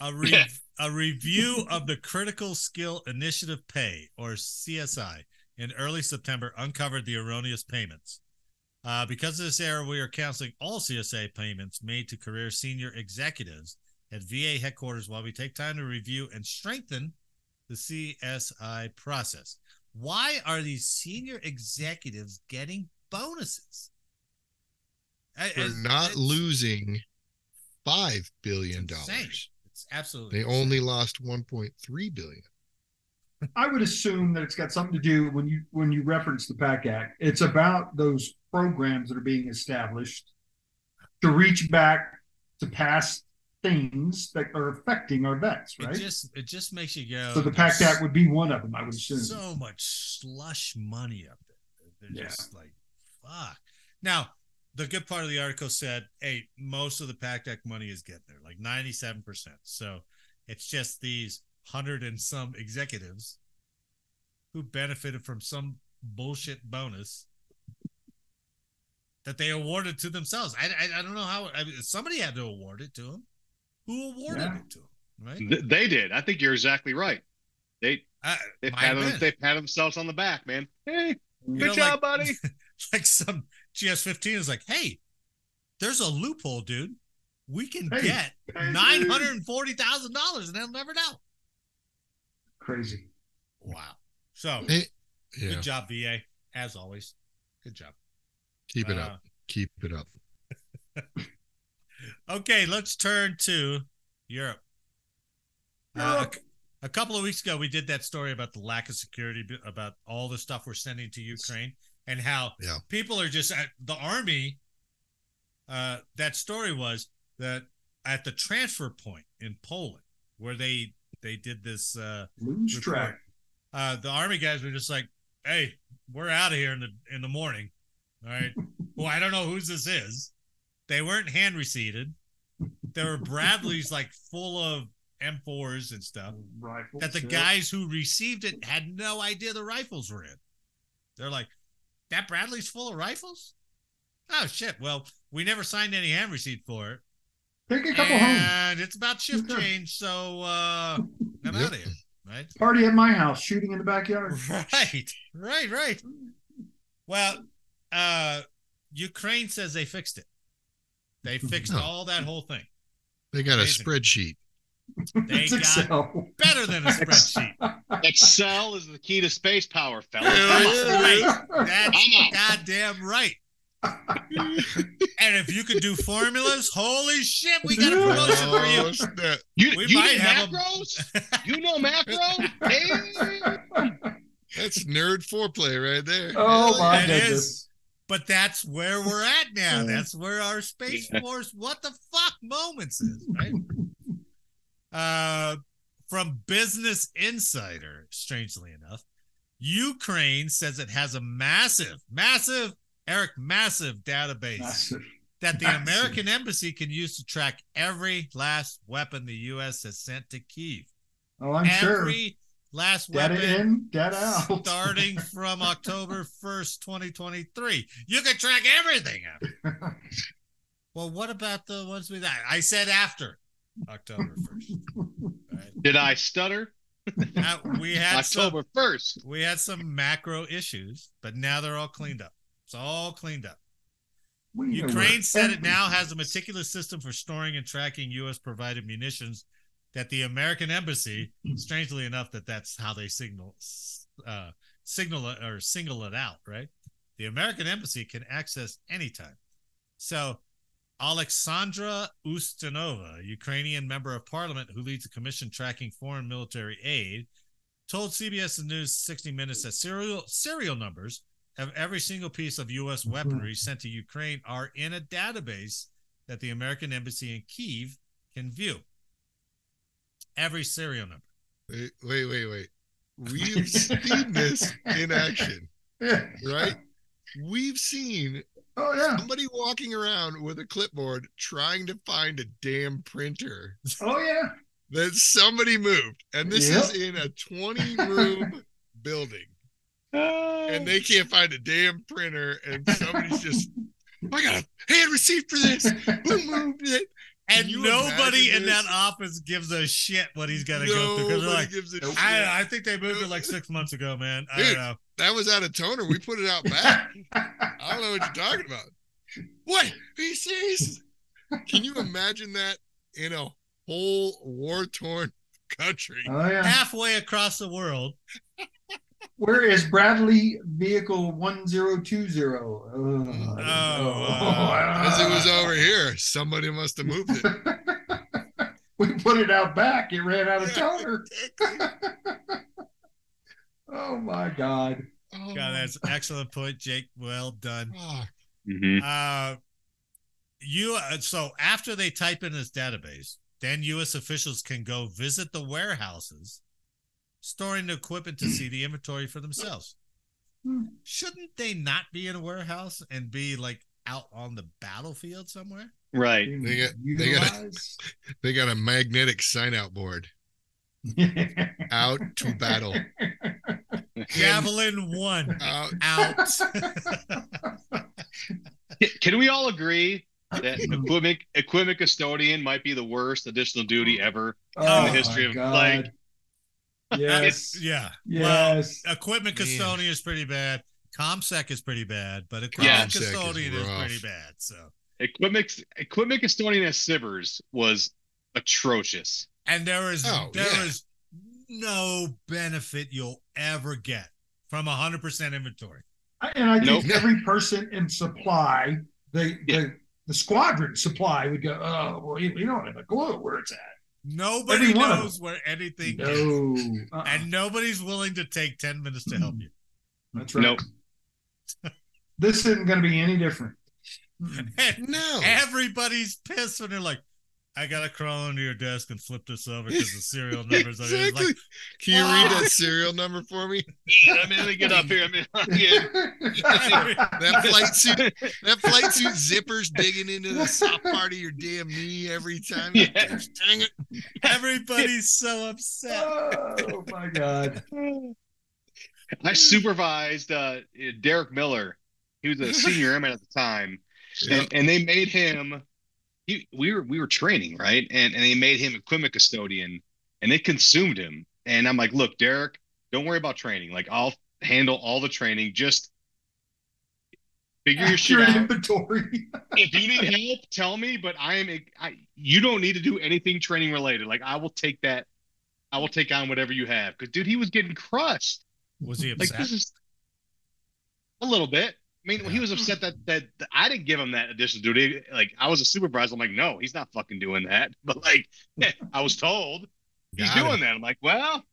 A, re- a review of the Critical Skill Initiative Pay, or CSI, in early September uncovered the erroneous payments. Uh, because of this error, we are canceling all CSA payments made to career senior executives at VA headquarters while we take time to review and strengthen the CSI process. Why are these senior executives getting bonuses? I- for it's- not it's losing five billion insane. dollars. It's Absolutely. They only lost 1.3 billion. I would assume that it's got something to do when you when you reference the PAC Act. It's about those programs that are being established to reach back to past things that are affecting our vets, It right? just it just makes you go. so the PAC Act would be one of them, I would assume. so much slush money up there. They're Yeah. just like, fuck. Now, the good part of the article said, hey, most of the PACT Act money is getting there, like 97%. So it's just these hundred and some executives who benefited from some bullshit bonus that they awarded to themselves. I, I, I don't know how I mean, somebody had to award it to them. Who awarded Yeah. it to them? Right? Th- They did. I think you're exactly right. They I, they Uh, might pat, have them, been. they pat themselves on the back, man. Hey, You good know, job, like- *laughs* buddy. like some GS15 is like, hey, there's a loophole, dude. We can Hey, get hey, nine hundred and forty thousand dollars, and they'll never know. Crazy. Wow. So Hey, Yeah, good job, VA, as always. Good job. keep it up. Keep it up. Uh, okay, let's turn to Europe. Uh, Europe. a couple of weeks ago, we did that story about the lack of security, b- about all the stuff we're sending to Ukraine, and how Yeah. people are just at the army. Uh, that story was that at the transfer point in Poland, where they they did this uh, Lose report, track. uh, the army guys were just like, "Hey, we're out of here in the in the morning." All *laughs* right. well, I don't know whose this is. They weren't hand receipted. There were *laughs* Bradleys like full of M4s and stuff Rifles, that the yeah. guys who received it had no idea the rifles were in. They're like, that Bradley's full of rifles? Oh shit. Well, we never signed any hand receipt for it. Take a couple home. And it's about shift Sure. change, so uh I'm Yep. out of here. Right? Party at my house, shooting in the backyard. Right, right, right. Well, uh Ukraine says they fixed it. They fixed Oh. all that whole thing. They got a Amazing. spreadsheet. They *laughs* it's got Excel. better than a spreadsheet. Excel is the key to space power, That's fellas. right. That's I'm out. goddamn right. and if you could do formulas, holy shit, we got a promotion for you. Oh, snap. You, We you might did have a- *laughs* macros? you know macro? Hey. That's nerd foreplay right there. *laughs* Oh Hell my It goodness. is. But that's where we're at *laughs* now. That's where our Space Yeah. Force what the fuck moments is, *laughs* right? uh from Business Insider, strangely enough, Ukraine says it has a massive, massive, Eric, massive database Massive. that the Massive. American embassy can use to track every last weapon the U.S. has sent to Kiev. Oh, I'm sure. every last Data weapon in, data out. *laughs* starting from October 1st, 2023. You can track everything after. Well, what about the ones we I, I said after October 1st. Did I stutter? Uh, we had some October 1st. we had some macro issues, but now they're all cleaned up. It's all cleaned up. We know Ukraine where said it now everything has a *laughs* is. meticulous system for storing and tracking U.S. provided munitions that the American embassy, strangely enough, that that's how they signal, uh, signal it or single it out, right? The American embassy can access anytime. So, Alexandra Ustinova, Ukrainian member of parliament who leads a commission tracking foreign military aid, told CBS News 60 Minutes that serial serial numbers of every single piece of U.S. weaponry sent to Ukraine are in a database that the American embassy in Kiev can view. Every serial number. Wait, wait, wait, wait. We've seen this in action, Yeah. right? We've seen Oh yeah. somebody walking around with a clipboard trying to find a damn printer Oh *laughs* yeah. that somebody moved. And this Yep. is in a 20 room building. And they can't find a damn printer. And somebody's just, I got a hand receipt for this. Who moved it? Can And you nobody imagine in that this? office gives a shit what he's got to go through. 'Cause they're Nobody like, gives a Nope. shit. I, I think they moved it like six months ago, man. I don't Dude. know. that was out of toner. We put it *laughs* out back. Oh, I don't know what you're talking about. What? Are you serious? Can you imagine that in a whole war torn country? Oh yeah. Halfway across the world, Where is Bradley vehicle one zero two zero? oh. Oh, uh, *laughs* *laughs* As it was over here, somebody must have moved it. we put it out back. It ran out *laughs* of toner. oh my God. Oh, God, *laughs* that's excellent point, Jake. Well done. fuck. Mhm. Uh, you uh, so after they type in this database, then U.S. officials can go visit the warehouses storing the equipment to see the inventory for themselves. Hmm. Shouldn't they not be in a warehouse and be like out on the battlefield *laughs* somewhere? Right. They got- they got- Utilize. They got a magnetic sign out board. *laughs* Out to battle. Javelin one Out. out. Can we all agree that equipment equipment custodian might be the worst additional duty ever? in the history Oh, my of, God. like- yes, yeah. *laughs* Well, yes. equipment Man. custodian is pretty bad. Comsec is pretty bad, but Yeah. equipment Comsec is custodian is, rough. pretty bad. So, Equipment equipment custodian at Sivers was atrocious. and there is Oh, there yeah. is no benefit you'll ever get from hundred percent inventory. I- and I think Nope. every person in supply, the, the the squadron supply would go. Oh well, you, you don't have a clue where it's at. Nobody Every one of knows where anything is, No, Uh-uh. and nobody's willing to take ten minutes to help you. that's right. Nope. This isn't going to be any different. And *laughs* No. everybody's pissed when they're like, "I gotta crawl under your desk and flip this over because the *laughs* serial numbers are here." It's exactly. like Can you read *laughs* that serial number for me? I mean, let me get up here. I mean, *laughs* yeah. That flight suit, that flight suit zipper's digging into the soft part of your damn knee *laughs* every time. Yeah. Dang it. everybody's so upset. *laughs* oh my God. I supervised uh, Derek Miller. He was a senior airman at the time, Yeah. and, and they made him. He, we were we were training right, and and they made him equipment custodian, and it consumed him. And I'm like, look, Derek, don't worry about training. Like I'll handle all the training. Just figure your shit Accurate out. inventory. *laughs* if you need help, tell me. But I am. I, you don't need to do anything training related. Like I will take that. I will take on whatever you have. Because dude, he was getting crushed. Was he Like upset? this is a little bit. I mean, he was upset that, that that I didn't give him that additional duty. Like I was a supervisor. I'm like, no, he's not fucking doing that. *laughs* But like, I was told he's Got doing it. that. I'm like, well,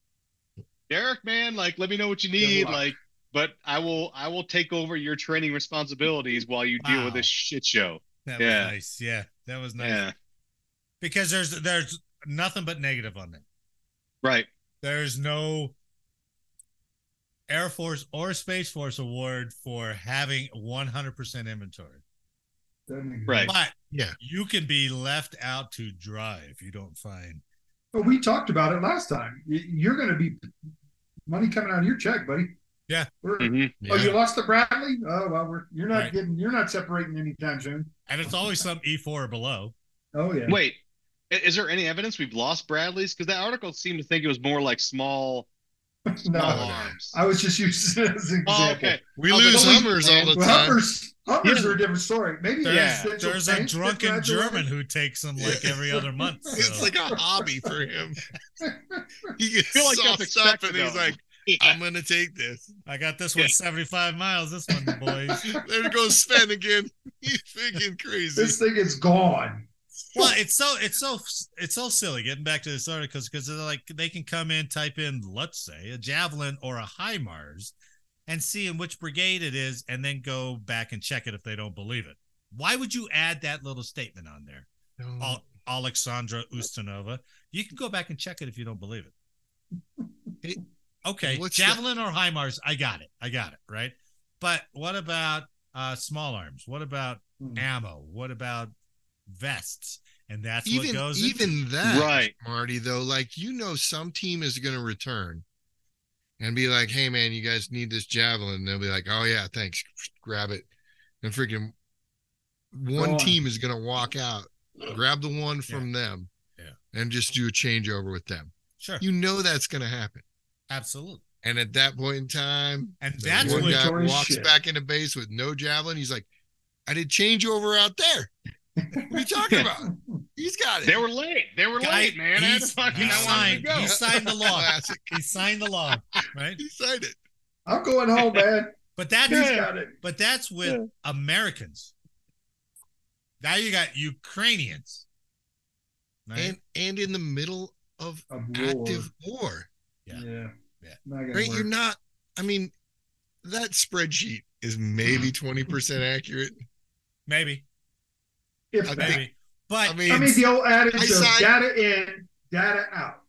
Derek, man, like, let me know what you need. luck. Like, but I will, I will take over your training responsibilities while you deal Wow. with this shit show. That Yeah. was nice. Yeah, that was nice. Yeah, Because there's there's nothing but negative on that. right. There's no Air Force or Space Force award for having 100% inventory. Right. But Yeah. you can be left out to dry if you don't find. But we talked about it last time. Y- You're going to be money coming out of your check, buddy. Yeah. We're- Mm-hmm. Mhm. Oh, you Yeah. lost the Bradley? Oh well, we're, you're not Right. getting, you're not separating anytime soon. And it's always some E4 or below. Oh yeah. Wait, i- is there any evidence we've lost Bradley's? Because that article seemed to think it was more like small, no, small no. arms. I was just using it as an example. Oh, okay. Oh. We I was like, lose "Holy Hummers all man." the Well, time. Hummers, Hummers Yeah. are a different story. Maybe There's- there's, There's a drunken German who takes them like every other month. *laughs* It's so- like a hobby for him. *laughs* He gets feel like that's soft up expected, and he's though. like, I'm gonna take this. I got this one Yeah. 75 miles. This one, boys. There goes Sven again. *laughs* He's freaking crazy. This thing is gone. well, it's so it's so it's so silly. Getting back to this article because they're like they can come in, type in, let's say a javelin or a high Mars, and see in which brigade it is, and then go back and check it if they don't believe it. Why would you add that little statement on there, No. Al- Alexandra Ustinova? You can go back and check it if you don't believe it. Okay, What's javelin or high Mars, I got it, I got it, right? But what about uh small arms? What about ammo? What about vests? And that's what Even goes into- even that Right. Marty, though, like you know, some team is going to return and be like, "Hey, man, you guys need this javelin." And they'll be like, "Oh yeah, thanks, grab it." And freaking one Gone. team is going to walk out, grab the one from them, Yeah. and just do a changeover with them. Sure, You know that's going to happen. absolutely. And at that point in time, And the that's one what- guy Inventory walks shit. back into base with no javelin. He's like, "I did changeover out there." What are *laughs* you talking about? He's got it. *laughs* They were late. They were Guy- late, man. I had he's- fucking he I signed- wanted to go. he signed the *laughs* law. Classic. He signed the law, right? He signed it. I'm going home, man. But that's He's got it. but that's with Yeah. Americans. Now you got Ukrainians. Right? and and in the middle of Of active war. war. Yeah. Yeah. Yeah. Not gonna Right? work. You're not. I mean, that spreadsheet is *sighs* maybe twenty percent accurate. maybe, If I that. maybe. But I mean, I mean, the old I adage of saw- data in, data out.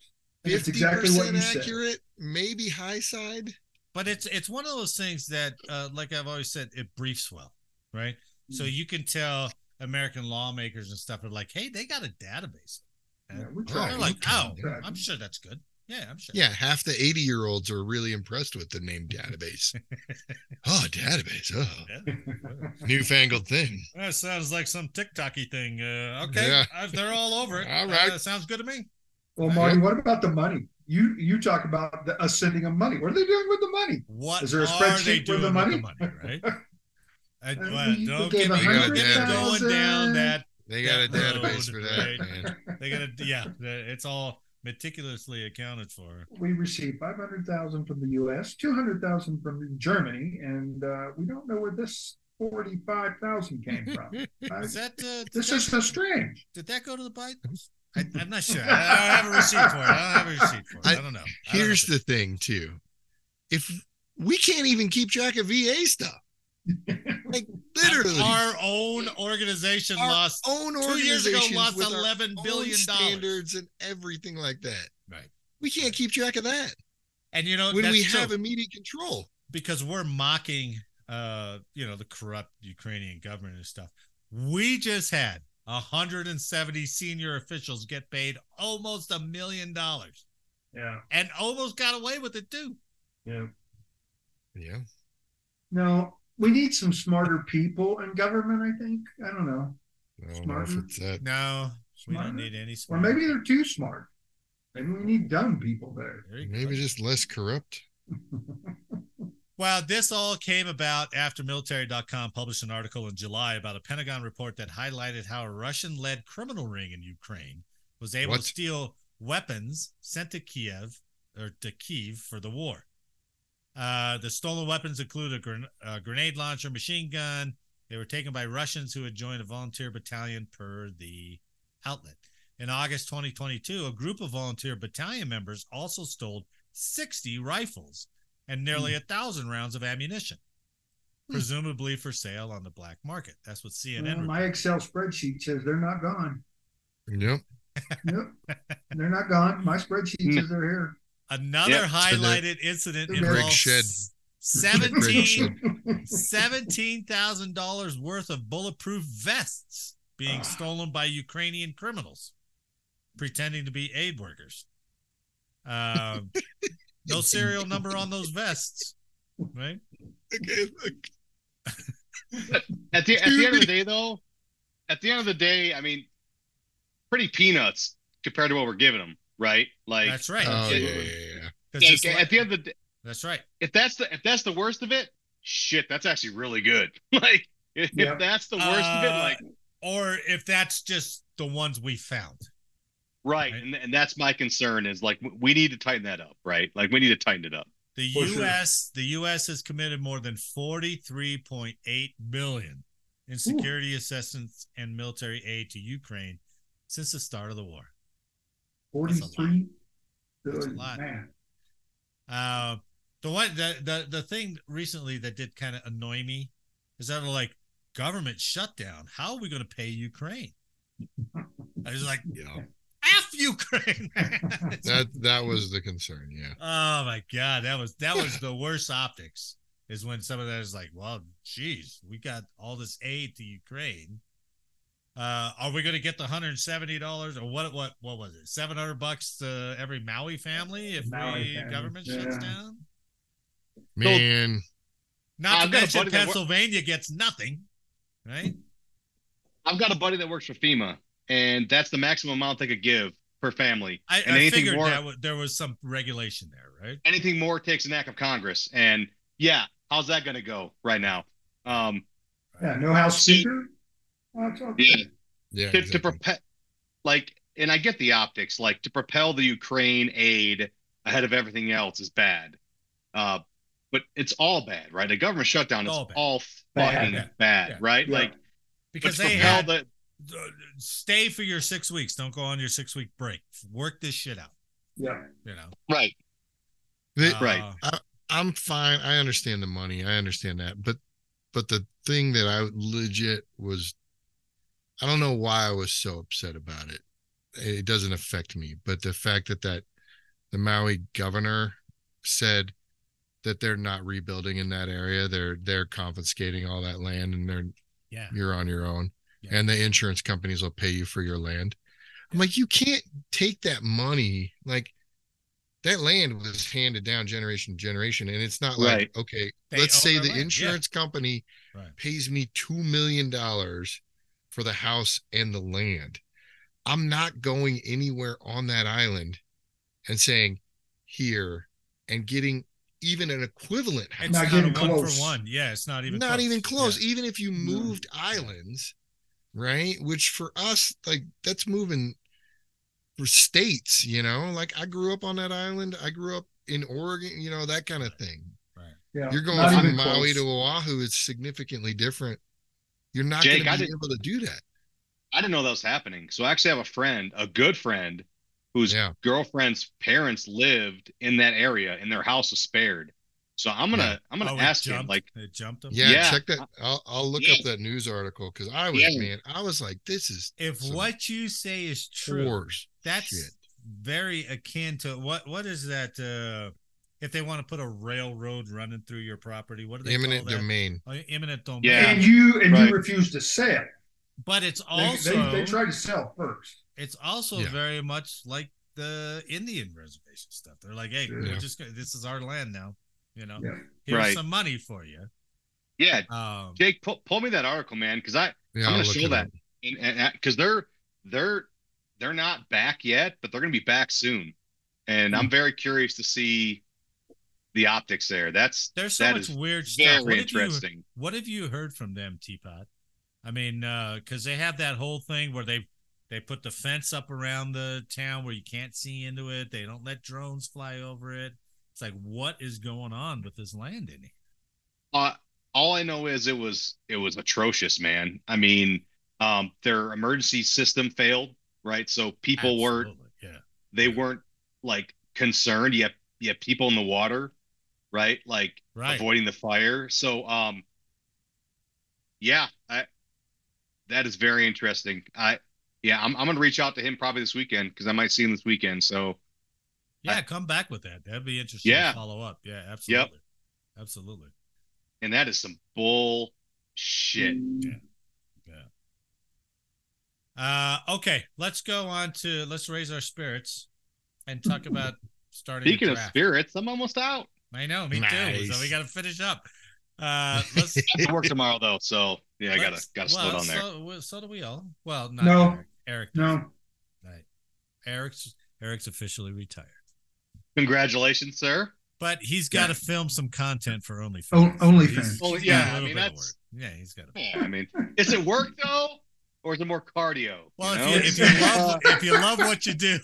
And it's fifty exactly what percent you said. accurate, maybe high side. but it's it's one of those things that, uh, like I've always said, it briefs well, right? So Mm. you can tell American lawmakers and stuff are like, hey, they got a database. Yeah, we're They're trying. like, We're oh, trying. I'm sure that's good. Yeah, I'm sure. Yeah, half the 80 year olds are really impressed with the *laughs* name database. oh, database. Oh, Yeah. newfangled thing. That sounds like some TikToky thing. Uh, okay, Yeah. uh, they're all over it. *laughs* All right. Uh, sounds good to me. Well, Marty, what about the money? You you talk about the, us sending them money. What are they doing with the money? What Is there a are they spreadsheet with doing the money? with the *laughs* money? Right? I, mean, well, you don't gave get me, $100,000. don't get me going down that. They got a That database road, for that, right. man. They gotta, yeah, the- it's all meticulously accounted for. We received five hundred thousand from the U.S., two hundred thousand from Germany, and uh, we don't know where this forty-five thousand came *laughs* from. I- Is that? Uh, did, this that is so strange. did that go to the Bidens? I, I'm not sure. I don't have a receipt for it. I don't have a receipt for it. I, I- don't know. I don't Here's know. the thing, too. If we can't even keep track of VA stuff, *laughs* like literally, our our own organization Our lost own two years ago organizations lost with our eleven own billion dollars. standards and everything like that. Right. We can't keep track of that And you know when that's we true. have immediate control. because we're mocking uh you know the corrupt ukrainian government and stuff we just had 170 senior officials get paid almost a million dollars Yeah, and almost got away with it too yeah. Yeah. No, we need some smarter people in government. I think. I don't know. I don't know if Smarter. it's that. no we Smarter? don't need any Or maybe they're too smart. Maybe we need dumb people there. There you go. just less corrupt. Well, this all came about after military.com published an article in July about a Pentagon report that highlighted how a Russian led criminal ring in Ukraine was able What? to steal weapons sent to Kiev or to Kiev for the war. Uh, the stolen weapons include a, gren- a grenade launcher, machine gun. They were taken by Russians who had joined a volunteer battalion per the outlet. In August 2022, a group of volunteer battalion members also stole 60 rifles and nearly Hmm. a thousand rounds of ammunition, Hmm. presumably for sale on the black market. That's what CNN. Well, my reported. Excel spreadsheet says they're not gone. Yep. Nope, they're not gone. My spreadsheet says *laughs* they're here. Another Yep. highlighted incident Greg involved Shed. s- *laughs* 17 Shed. $17,000 worth of bulletproof vests being Ah. stolen by Ukrainian criminals pretending to be aid *laughs* workers. Um, no serial number on those vests, right? Okay, look. At the at the end of the day, though, at the end of the day, I mean, pretty peanuts compared to what we're giving them, right? Like, That's right. Oh, yeah, yeah, Absolutely. yeah. 'Cause like, just like- at the end of the day, that's right. if that's the if that's the worst of it, shit, that's actually really good. *laughs* Like, if, Yeah. if that's the worst of it, Uh, like, or if that's just the ones we found. right? right. And and that's my concern is like w- we need to tighten that up, right? Like we need to tighten it up. The For sure. U.S. The U.S. has committed more than 43.8 billion in security assistance and military aid to Ukraine since the start of the war. Forty-three That's a billion. lot. *laughs* Man, Uh, the one the, the the thing recently that did kind of annoy me is that like government shutdown. How are we going to pay Ukraine? I was like, Yeah. "F Ukraine!" man." That that was the concern. Yeah. Oh my god, that was that was the worst optics. Is when some of that is like, well, geez, we got all this aid to Ukraine. Uh, are we going to get the hundred and seventy dollars or what? What what was it? Seven hundred bucks to every Maui family if Maui the family, government yeah. shuts down. Man. Not I've to got a mention buddy that wor- Pennsylvania gets nothing, right? I've got a buddy that works for FEMA, and that's the maximum amount they could give per family. I, and I figured that w- there was some regulation there, right? anything more takes an act of Congress. And yeah, how's that going to go right now? Um, yeah, no house speaker. Well, it's okay. Yeah. Yeah. to, to exactly. propel, like, and I get the optics, like to propel the Ukraine aid ahead of everything else is bad. Uh, but it's all bad, right? A government shutdown is All all, bad. fucking Bad. bad, Yeah. right? Yeah. Like, Because let's they propel had the uh, stay for your six weeks. Don't go on your six week break. Work this shit out. Yeah. You know. Right. They- Right. Uh, I'm fine. I understand the money. I understand that. But but the thing that I legit was I don't know why I was so upset about it. It doesn't affect me, but the fact that that the Maui governor said that they're not rebuilding in that area. They're they're confiscating all that land and they're yeah. you're on your own. Yeah. And the insurance companies will pay you for your land. I'm like, you can't take that money. Like that land was handed down generation to generation. And it's not like, Right. okay, They let's own say their the land, yeah. insurance company Right. pays me two million dollars for the house and the land. I'm not going anywhere on that island and saying here and getting even an equivalent house It's Not not, getting a one close. for one. Yeah, it's not even not close. even close Yeah. even if you No. moved islands right which for us like that's moving for states you know like i grew up on that island i grew up in oregon you know that kind of thing Yeah. you're going Not from even maui close. to oahu it's significantly different you're not Jake, going to I be did- able to do that I didn't know that was happening. So I actually have a friend, a good friend, whose Yeah. girlfriend's parents lived in that area, and their house was spared. So I'm gonna, Yeah. I'm gonna Oh, it ask him jumped? like, it jumped him. yeah, Yeah. check that i'll, I'll look Yeah. up that news article because i was Yeah. man i was like this is If some what you say is true, horse that's shit. very akin to what? What is that? Uh, if they want to put a railroad running through your property, what do they imminent call that? domain Oh, imminent domain. Yeah. And you and Right. you refuse to sell. But it's They, also they, they try to sell first. it's also Yeah. very much like the Indian reservation stuff. They're like, hey, we're Yeah. just gonna, this is our land now. You know, Yeah. here's Right. some money for you. yeah, Um, Jake, pull, pull me that article, man, because I, yeah I'm I'll gonna look show it that, up. and and because they're they're they're not back yet, but they're gonna be back soon, and Hmm. I'm very curious to see the optics there. That's there's so That much is weird stuff. What very have, you, interesting. what have you heard from them, Teapot? I mean, because they have that whole thing where they they put the fence up around the town where you can't see into it. They don't let drones fly over it. It's like, what is going on with this land in here? Uh, all I know is it was it was atrocious, man. I mean, um, their emergency system failed, right? So people were Absolutely, yeah. they weren't like concerned. You have you have people in the water, right? Like Right. avoiding the fire. So um, yeah, I, that is very interesting. I yeah, I'm I'm gonna reach out to him probably this weekend because I might see him this weekend. So Yeah, come back with that. That'd be interesting Yeah. to follow up. Yeah, absolutely. Absolutely. and that is some bull shit. Uh okay, let's go on to let's raise our spirits and talk about starting Speaking a of draft. spirits, I'm almost out. I know, me too. So Nice. we gotta finish up. *laughs* Uh let's I have to work tomorrow though, so yeah, I gotta let's- gotta split well, on there. So, well, so do we all. Well, not No. Eric. Eric No. right. Eric's Eric's officially retired. Congratulations, sir. But he's got to film some content for OnlyFans. O- OnlyFans. He's- Oh, he's yeah, got a I little mean, bit of that's- work. yeah, he's got to. Yeah, I mean, is it work though, or is it more cardio? Well, you if you, know? if you *laughs* love if you love what you do,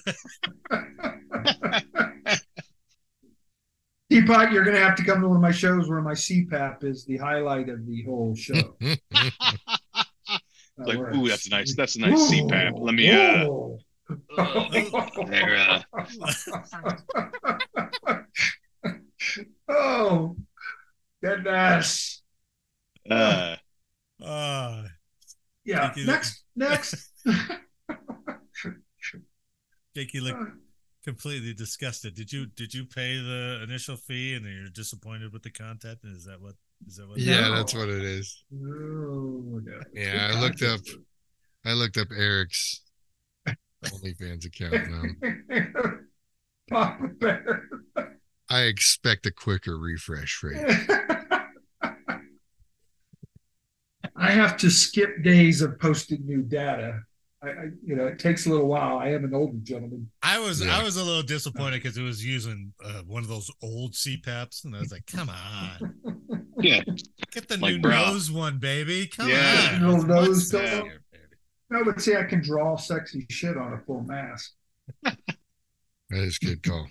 Teapot, you're going to have to come to one of my shows where my CPAP is the highlight of the whole show. That *laughs* like, works. ooh, that's nice. That's a nice CPAP. Let me. uh Ooh. *laughs* there, uh, oh, goodness. uh, uh, Yeah. Thank you. Next, *laughs* next. Jake, you look completely disgusted. Did you did you pay the initial fee and then you're disappointed with the content? Is that what is that what? yeah No. that's what it is Oh, no. Yeah, I looked up. I looked up Eric's OnlyFans account. Now. Papa Bear. I expect a quicker refresh rate. *laughs* I have to skip days of posting new data. I, I, you know, it takes a little while. I am an older gentleman. I was Yeah. I was a little disappointed because it was using uh, one of those old CPAPs, and I was like, "Come on, yeah, get the Like, new bruh. nose one, baby! Come Yeah. on, Little What's nose doll. sexier, baby? No, but see, I can draw sexy shit on a full mask. That is a good *laughs* call.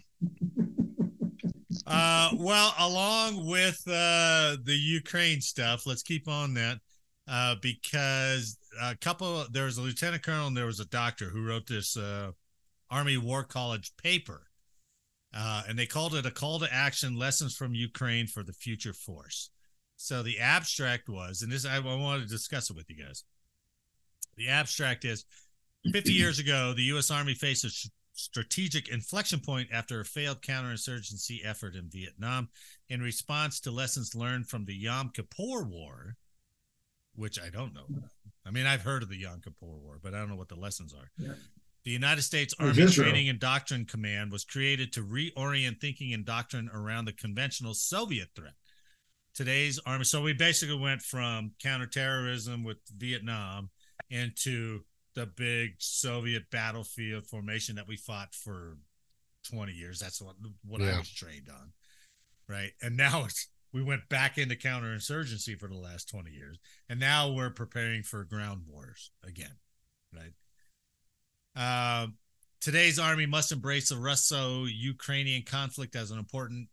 Uh, well, along with uh, the Ukraine stuff, let's keep on that uh, because a couple. There was a lieutenant colonel and there was a doctor who wrote this uh, Army War College paper, uh, and they called it a call to action: lessons from Ukraine for the future force. So the abstract was, and this I, I wanted to discuss it with you guys. The abstract is 50 years ago, the U.S. Army faced a sh- strategic inflection point after a failed counterinsurgency effort in Vietnam. In response to lessons learned from the Yom Kippur War, which I don't know. About. I mean, I've heard of the Yom Kippur War, but I don't know what the lessons are. Yeah. The United States Oh, Army Israel. Training and Doctrine Command was created to reorient thinking and doctrine around the conventional Soviet threat. Today's Army. So we basically went from counterterrorism with Vietnam into the big Soviet battlefield formation that we fought for 20 years. That's what what I Yeah. was trained on. Right. And now it's we went back into counterinsurgency for the last 20 years. And now we're preparing for ground wars again. Right. Um today's army must embrace the Russo-Ukrainian conflict as an important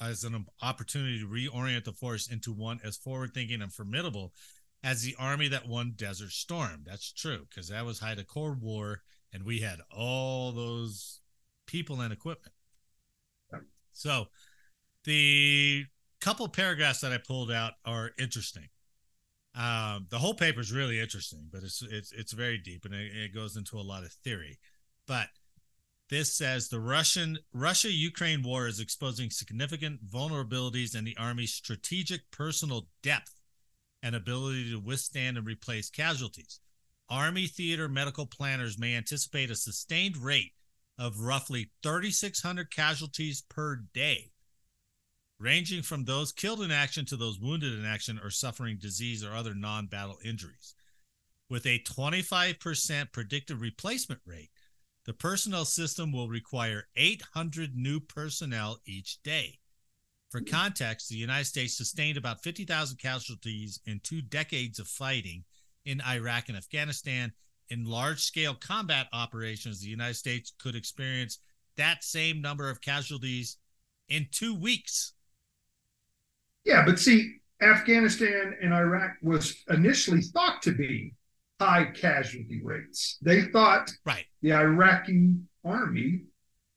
as an opportunity to reorient the force into one as forward-thinking and formidable as the army that won Desert Storm. That's true because that was Haida Accord War, and we had all those people and equipment. So, the couple paragraphs that I pulled out are interesting. Um, the whole paper is really interesting, but it's it's it's very deep and it, it goes into a lot of theory. But this says the Russian Russia Ukraine war is exposing significant vulnerabilities in the army's strategic personal depth and ability to withstand and replace casualties. Army theater medical planners may anticipate a sustained rate of roughly 3,600 casualties per day, ranging from those killed in action to those wounded in action or suffering disease or other non battle injuries. With a 25% predicted replacement rate, the personnel system will require 800 new personnel each day. For context, the United States sustained about 50,000 casualties in two decades of fighting in Iraq and Afghanistan. In large scale combat operations, the United States could experience that same number of casualties in two weeks. Yeah, but see, Afghanistan and Iraq was initially thought to be high casualty rates. They thought Right. the Iraqi army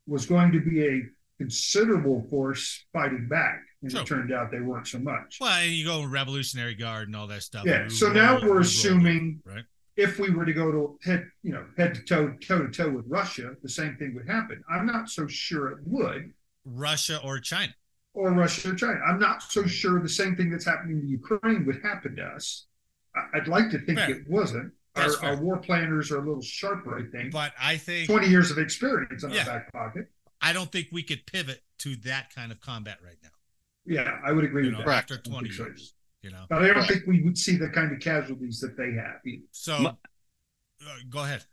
was going to be a considerable force fighting back, and Sure. it turned out they weren't so much. Well, and you go Revolutionary Guard and all that stuff. yeah. We So roll- now we roll we're assuming right? if we were to go to head, you know, head to toe, toe to toe with Russia, the same thing would happen. I'm not so sure it would, Russia or China. or Russia or China. I'm not so Hmm. sure the same thing that's happening to Ukraine would happen to us. I- I'd like to think Fair. it wasn't. That's Our, fair. our war planners are a little sharper, I think. But I think 20 years of experience in Yeah. our back pocket. I don't think we could pivot to that kind of combat right now. Yeah, I would agree You with know, that. after I think 20 so. years, you know. But I don't Right. think we would see the kind of casualties that they have. either. So, My- uh, go ahead.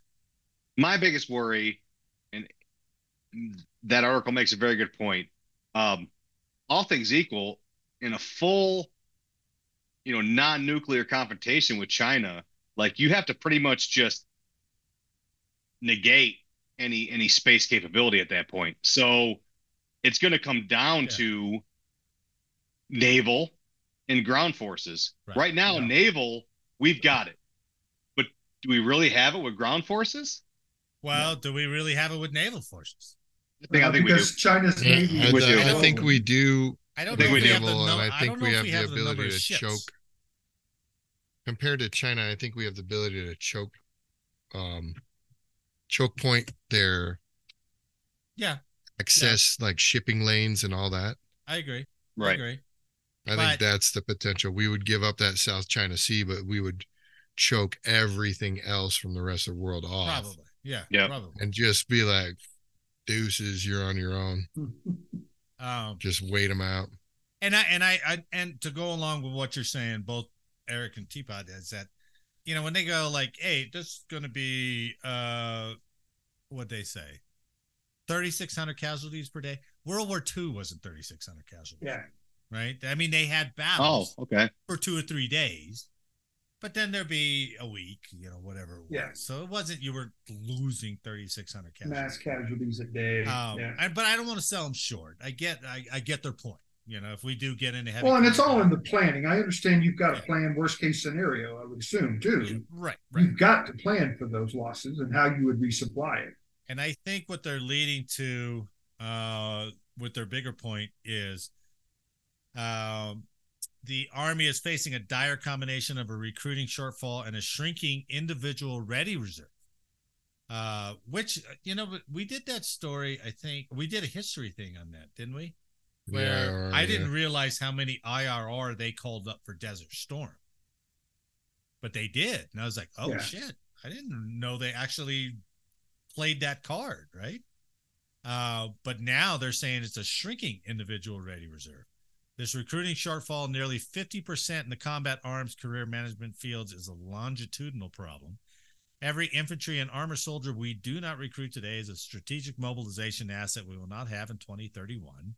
my biggest worry, and that article makes a very good point. Um, all things equal, in a full, you know, non-nuclear confrontation with China, like you have to pretty much just negate any any space capability at that point. So it's going to come down Yeah. to naval and ground forces. Right. Right, now, Yeah. naval, we've got it. But do we really have it with ground forces? Well, do we really have it with naval forces? I think, I Uh, think we do. because China's Yeah, Navy. I, We is do. I think we do I don't I know think if we we do. have the Naval, number. and I I, think don't know we if have we the have the number ability of to ships. choke. compared to China. I think we have the ability to choke, um, choke point their Yeah. access like shipping lanes and all that. I agree. I Right. agree. I But- think that's the potential. We would give up that South China Sea, but we would choke everything else from the rest of the world off Probably. Yeah. Yeah. Probably. and just be like, deuces, you're on your own. Hmm. Um, Just wait them out. and I and I, I and to go along with what you're saying, both Eric and Teapot is that you know when they go like, "Hey, this is going to be uh, what they say, 3,600 casualties per day." World War II wasn't 3,600 casualties, *laughs* Yeah. right? I mean, they had Oh, battles. okay. for two or three days, but then there'd be a week, you know, whatever. It was. Yeah. So it wasn't you were losing thirty six hundred Mass casualties. casualties a day. Um, yeah. I- but I don't want to sell them short. I get, I, I get their point, you know, if we do get into heavy. Well, and it's all in combat. the planning. I understand you've got to plan worst case scenario, I would assume, Yeah, too. Right, right. You've got to plan for those losses and how you would resupply it. And I think what they're leading to uh, with their bigger point is um, the Army is facing a dire combination of a recruiting shortfall and a shrinking individual ready reserve. Uh, which, you know, but we did that story, I think. We did a history thing on that, didn't we? Where Yeah, I yeah. didn't realize how many IRR they called up for Desert Storm. But they did. And I was like, oh, Yeah. shit. I didn't know they actually played that card, right? Uh, but now they're saying it's a shrinking individual ready reserve. This recruiting shortfall, nearly 50% in the combat arms career management fields, is a longitudinal problem. Every infantry and armor soldier we do not recruit today is a strategic mobilization asset we will not have in 2031.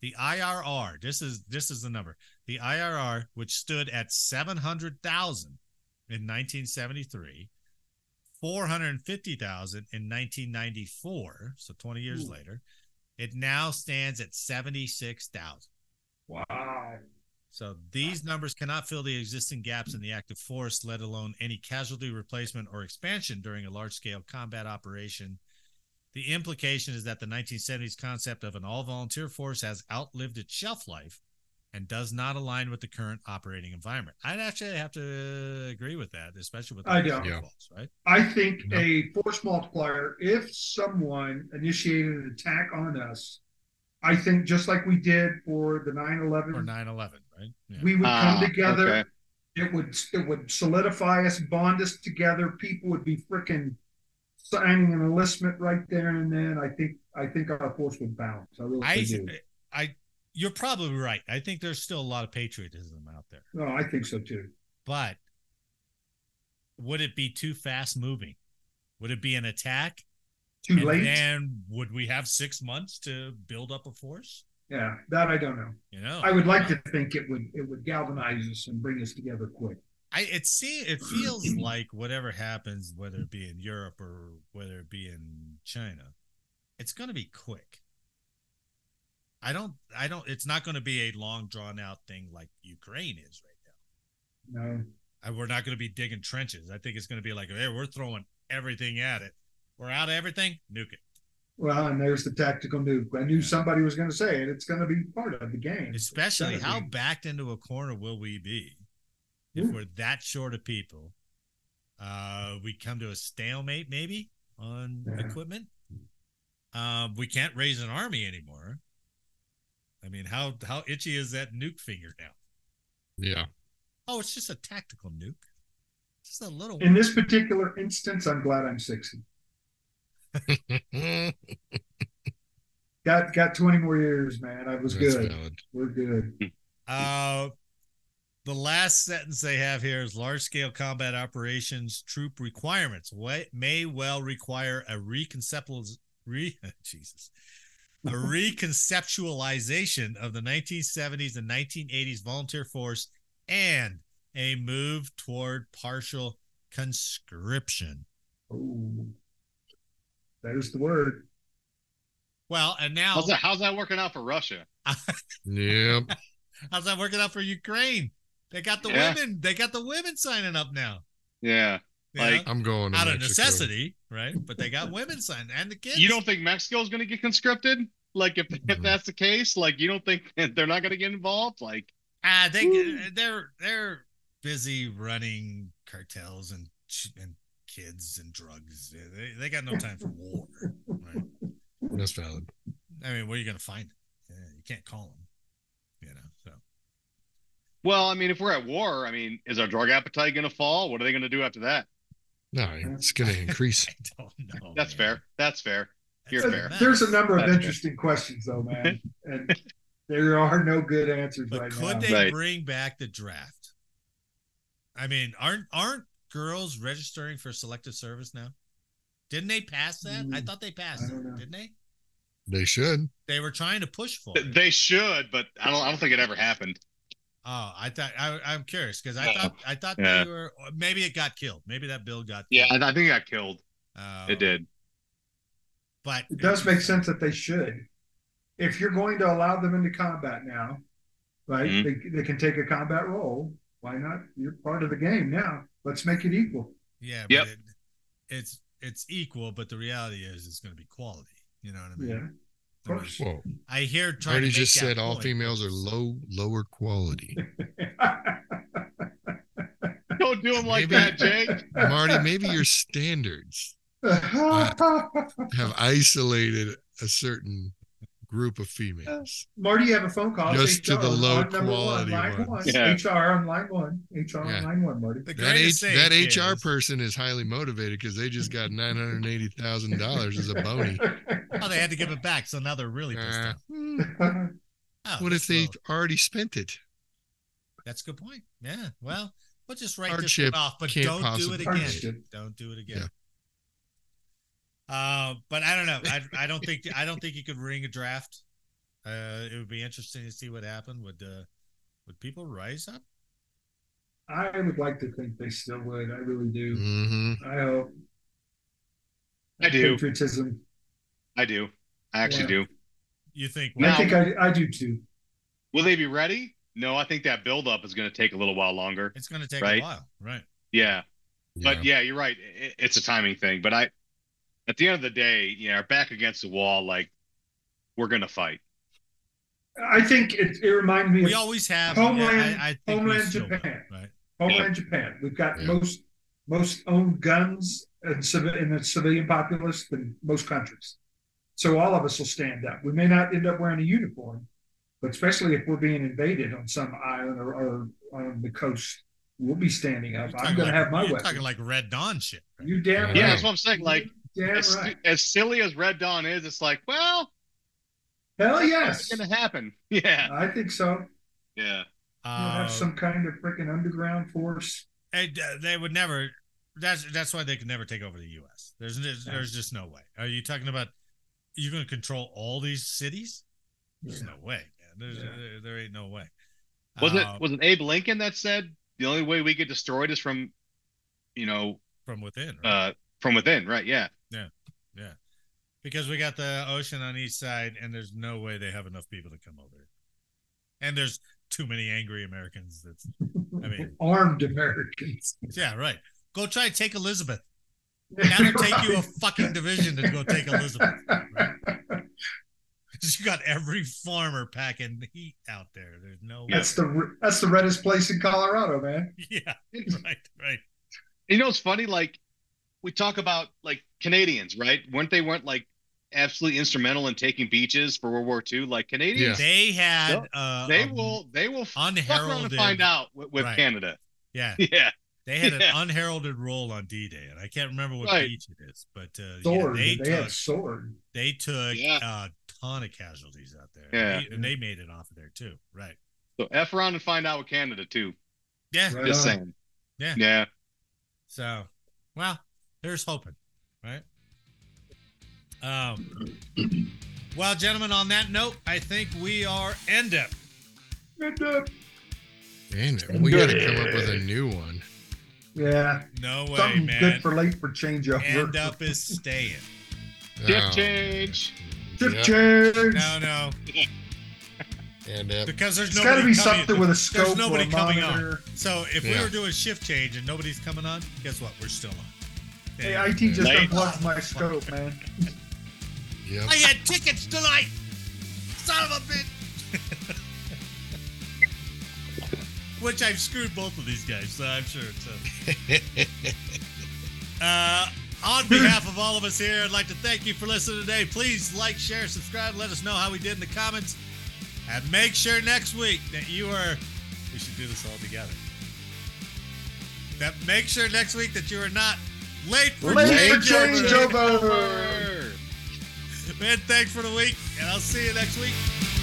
The IRR, this is this is the number. The IRR, which stood at 700,000 in 1973, 450,000 in 1994, so 20 years Ooh. later, it now stands at 76,000. Wow. So these numbers cannot fill the existing gaps in the active force, let alone any casualty replacement or expansion during a large scale combat operation. The implication is that the 1970s concept of an all volunteer force has outlived its shelf life and does not align with the current operating environment. I'd actually have to agree with that, especially with the I don't. Yeah. falls, right? I think a force multiplier, if someone initiated an attack on us, I think just like we did for the 9 Or 11, 9 11, right? Yeah. Mm-hmm. we would come Ah, together. okay. It would it would solidify us, bond us together. People would be freaking signing an enlistment right there and then. I think I think our force would balance. I really I, do. I, you're probably right. I think there's still a lot of patriotism out there. No, Oh, I think so too. but would it be too fast moving? Would it be an attack? Too and late. Then would we have six months to build up a force? yeah, that I don't know. You know, I would like to think it would it would galvanize us and bring us together quick. I it see it feels *clears throat* like whatever happens, whether it be in Europe or whether it be in China, it's going to be quick. I don't. I don't. It's not going to be a long drawn out thing like Ukraine is right now. You know, and we're not going to be digging trenches. I think it's going to be like, hey, we're throwing everything at it. We're out of everything, nuke it. well, and there's the tactical nuke. I knew Yeah. somebody was going to say it. It's going to be part of the game. Especially gotta how be. backed into a corner will we be if Yeah. we're that short of people? Uh, we come to a stalemate maybe on Yeah. equipment. Um, we can't raise an army anymore. I mean, how how itchy is that nuke finger now? Yeah. Oh, it's just a tactical nuke. Just a little In this particular instance, I'm glad I'm 60. Mm, Got got 20 more years, man. I was *laughs* That's good. valid. We're good. Uh, the last sentence they have here is large scale combat operations troop requirements what may well require a reconceptualiz- re- *laughs* Jesus. *laughs* A reconceptualization of the 1970s and 1980s volunteer force and a move toward partial conscription. Oh, there's the word. Well, and now How's that? How's that working out for Russia? Yep. how's that working out for Ukraine? They got the Yeah. women. They got the women signing up now. Yeah, you Like, know? I'm going to out of Mexico. necessity, right? But they got women signed and the kids. you don't think Mexico's going to get conscripted? Like, if if Mm-hmm. Mhm. that's the case, like you don't think *laughs* that they're not going to get involved? Like, ah, they Woo. they're they're busy running cartels and ch- and kids and drugs. They they got no time for war. Right? That's valid. I mean, where are you gonna find them? Yeah, you can't call them. You know. So well, I mean, if we're at war, I mean, is our drug appetite going to fall? What are they going to do after that? No, it's going to increase. *laughs* I don't Oh, know. That's man. fair. That's fair. You're That's a fair. mess. There's a number of That's good. interesting questions, though, man. And there are no good answers But right could now. they Right. bring back the draft? I mean, aren't aren't girls registering for selective service now? Didn't they pass that? I Mm, thought they passed don't it, know. didn't they? They should. They were trying to push Oh, for it. They should, but I don't. I don't think it ever happened. Oh, I thought I, I'm curious because I Yeah. thought I thought Yeah. they were or maybe it got killed. Maybe that bill got Yeah, killed. I, I think it got killed. Oh. Uh, It did. *laughs* but It does make sense that they should. if you're going to allow them into combat now, right? Mm-hmm. They, they can take a combat role. Why not? You're part of the game now. Let's make it equal. Yeah. Yep. But it, it's it's equal, but the reality is it's going to be quality. You know what I mean? Yeah. Of I mean, course. Whoa. I hear trying Artie to make just that said all point. females are low, *laughs* lower quality. Don't do them like Maybe- that, Jake. Marty, maybe your standards have isolated a certain group of females. *laughs* Marty, you have a phone call. It's Just to HR the on low number one, quality line ones. one. Yeah. HR on line one. HR Yeah. on line one, Marty. The That, H- greatest thing that HR is- person is highly motivated because they just got nine hundred eighty thousand dollars as a bony. Oh, they had to give it back, so now they're really pissed Uh, off. *laughs* Oh, What that's if they low. already spent it? That's a good point. Yeah. Well, we'll just write this Hardship one off, but can't don't do possibly it be. again. Hardship. Don't do it again. Uh, but I don't know. I, I don't think I don't think you could ring a draft. Uh, it would be interesting to see what happened. Would uh, would people rise up? *laughs* I would like to think they still would. I really do. hmm I hope. I do. Patriotism. I do. I actually do. You think? No. I think I, I do too. Will they be ready? No, I think that buildup is going to take a little while longer. It's going to take Right. a while, right? Yeah. But yeah, you're right. It, it's a timing thing. But I, at the end of the day, you know, our back against the wall, like we're gonna fight. I think it, it reminded me We of always have. Homeland- yeah, I, I think we Homeland still will, Japan. right? homeland Japan. We've got Yeah. most most owned guns and civ- in the civilian populace than most countries. So all of us will stand up. We may not end up wearing a uniform, but especially if we're being invaded on some island or, or on the coast, we'll be standing up. You're I'm talking going like- to have my You're weapon. talking like Red Dawn shit. right? you damn right. Yeah, Right. that's what I'm saying. Like You damn as, right. as silly as Red Dawn is, it's like, well, Hell Oh, yes. it's gonna happen. *laughs* Yeah. I think so. Yeah. We'll have Um, some kind of freaking underground force. And uh, they would never. That's that's why they could never take over the U.S. There's there's, there's just no way. Are you talking about you're going to control all these cities? There's no way. Man. There's Yeah. there, there ain't no way. Wasn't Uh, it wasn't Abe Lincoln that said the only way we get destroyed is from, you know, from within? Right? uh, from within, right? Yeah. because we got the ocean on each side, and there's no way they have enough people to come over. And there's too many angry Americans. That's I mean- *laughs* armed Americans. yeah, right. Go try to take Elizabeth. That'll take you a fucking division to go take Elizabeth. *laughs* you got every farmer packing heat out there. There's no way. *laughs* That's the that's the reddest place in Colorado, man. *laughs* *laughs* Yeah, right, right. You know, it's funny. Like we talk about like Canadians, right? Weren't they weren't like absolutely instrumental in taking beaches for World War II? Like Canadians, They had Yep. uh, they a- will they will fuck around unheralded. and find out with, with Right. Canada. *laughs* Yeah, Yeah. they *laughs* had Yeah. an unheralded role on D-Day, and I can't remember what Right. beach it is, but uh, yeah, Sword. they they had took sword. they took Yeah. a ton of casualties out there. Yeah. They- and they made it off of there too. Right. So F around and find out with Canada too. Yeah. Right Just on. saying. Yeah. Yeah. So, well, there's hoping, right? Um. Well, gentlemen, on that note, I think we are end up. And, uh, And we got to come up with a new one. Yeah, No way, something man. good for late for changeover. end up is *laughs* staying. Shift Oh, change. Shift Yeah. change. No, no, And uh, because there's It's nobody got to coming. be something with a scope There's nobody or a coming monitor. on. So if we Yeah. were doing shift change and nobody's coming on, guess what? We're still on. Hey, Yeah. IT just Late. unplugged my scope, man. yep. I had tickets tonight. Son of a bitch. Which I've screwed both of these guys, so I'm sure. So, uh, on behalf of all of us here, I'd like to thank you for listening today. Please like, share, subscribe. Let us know how we did in the comments, and make sure next week that you are. We should do this all together. That make sure next week that you are not late for Late for changeover. changeover. Over. Man, thanks for the week, and I'll see you next week.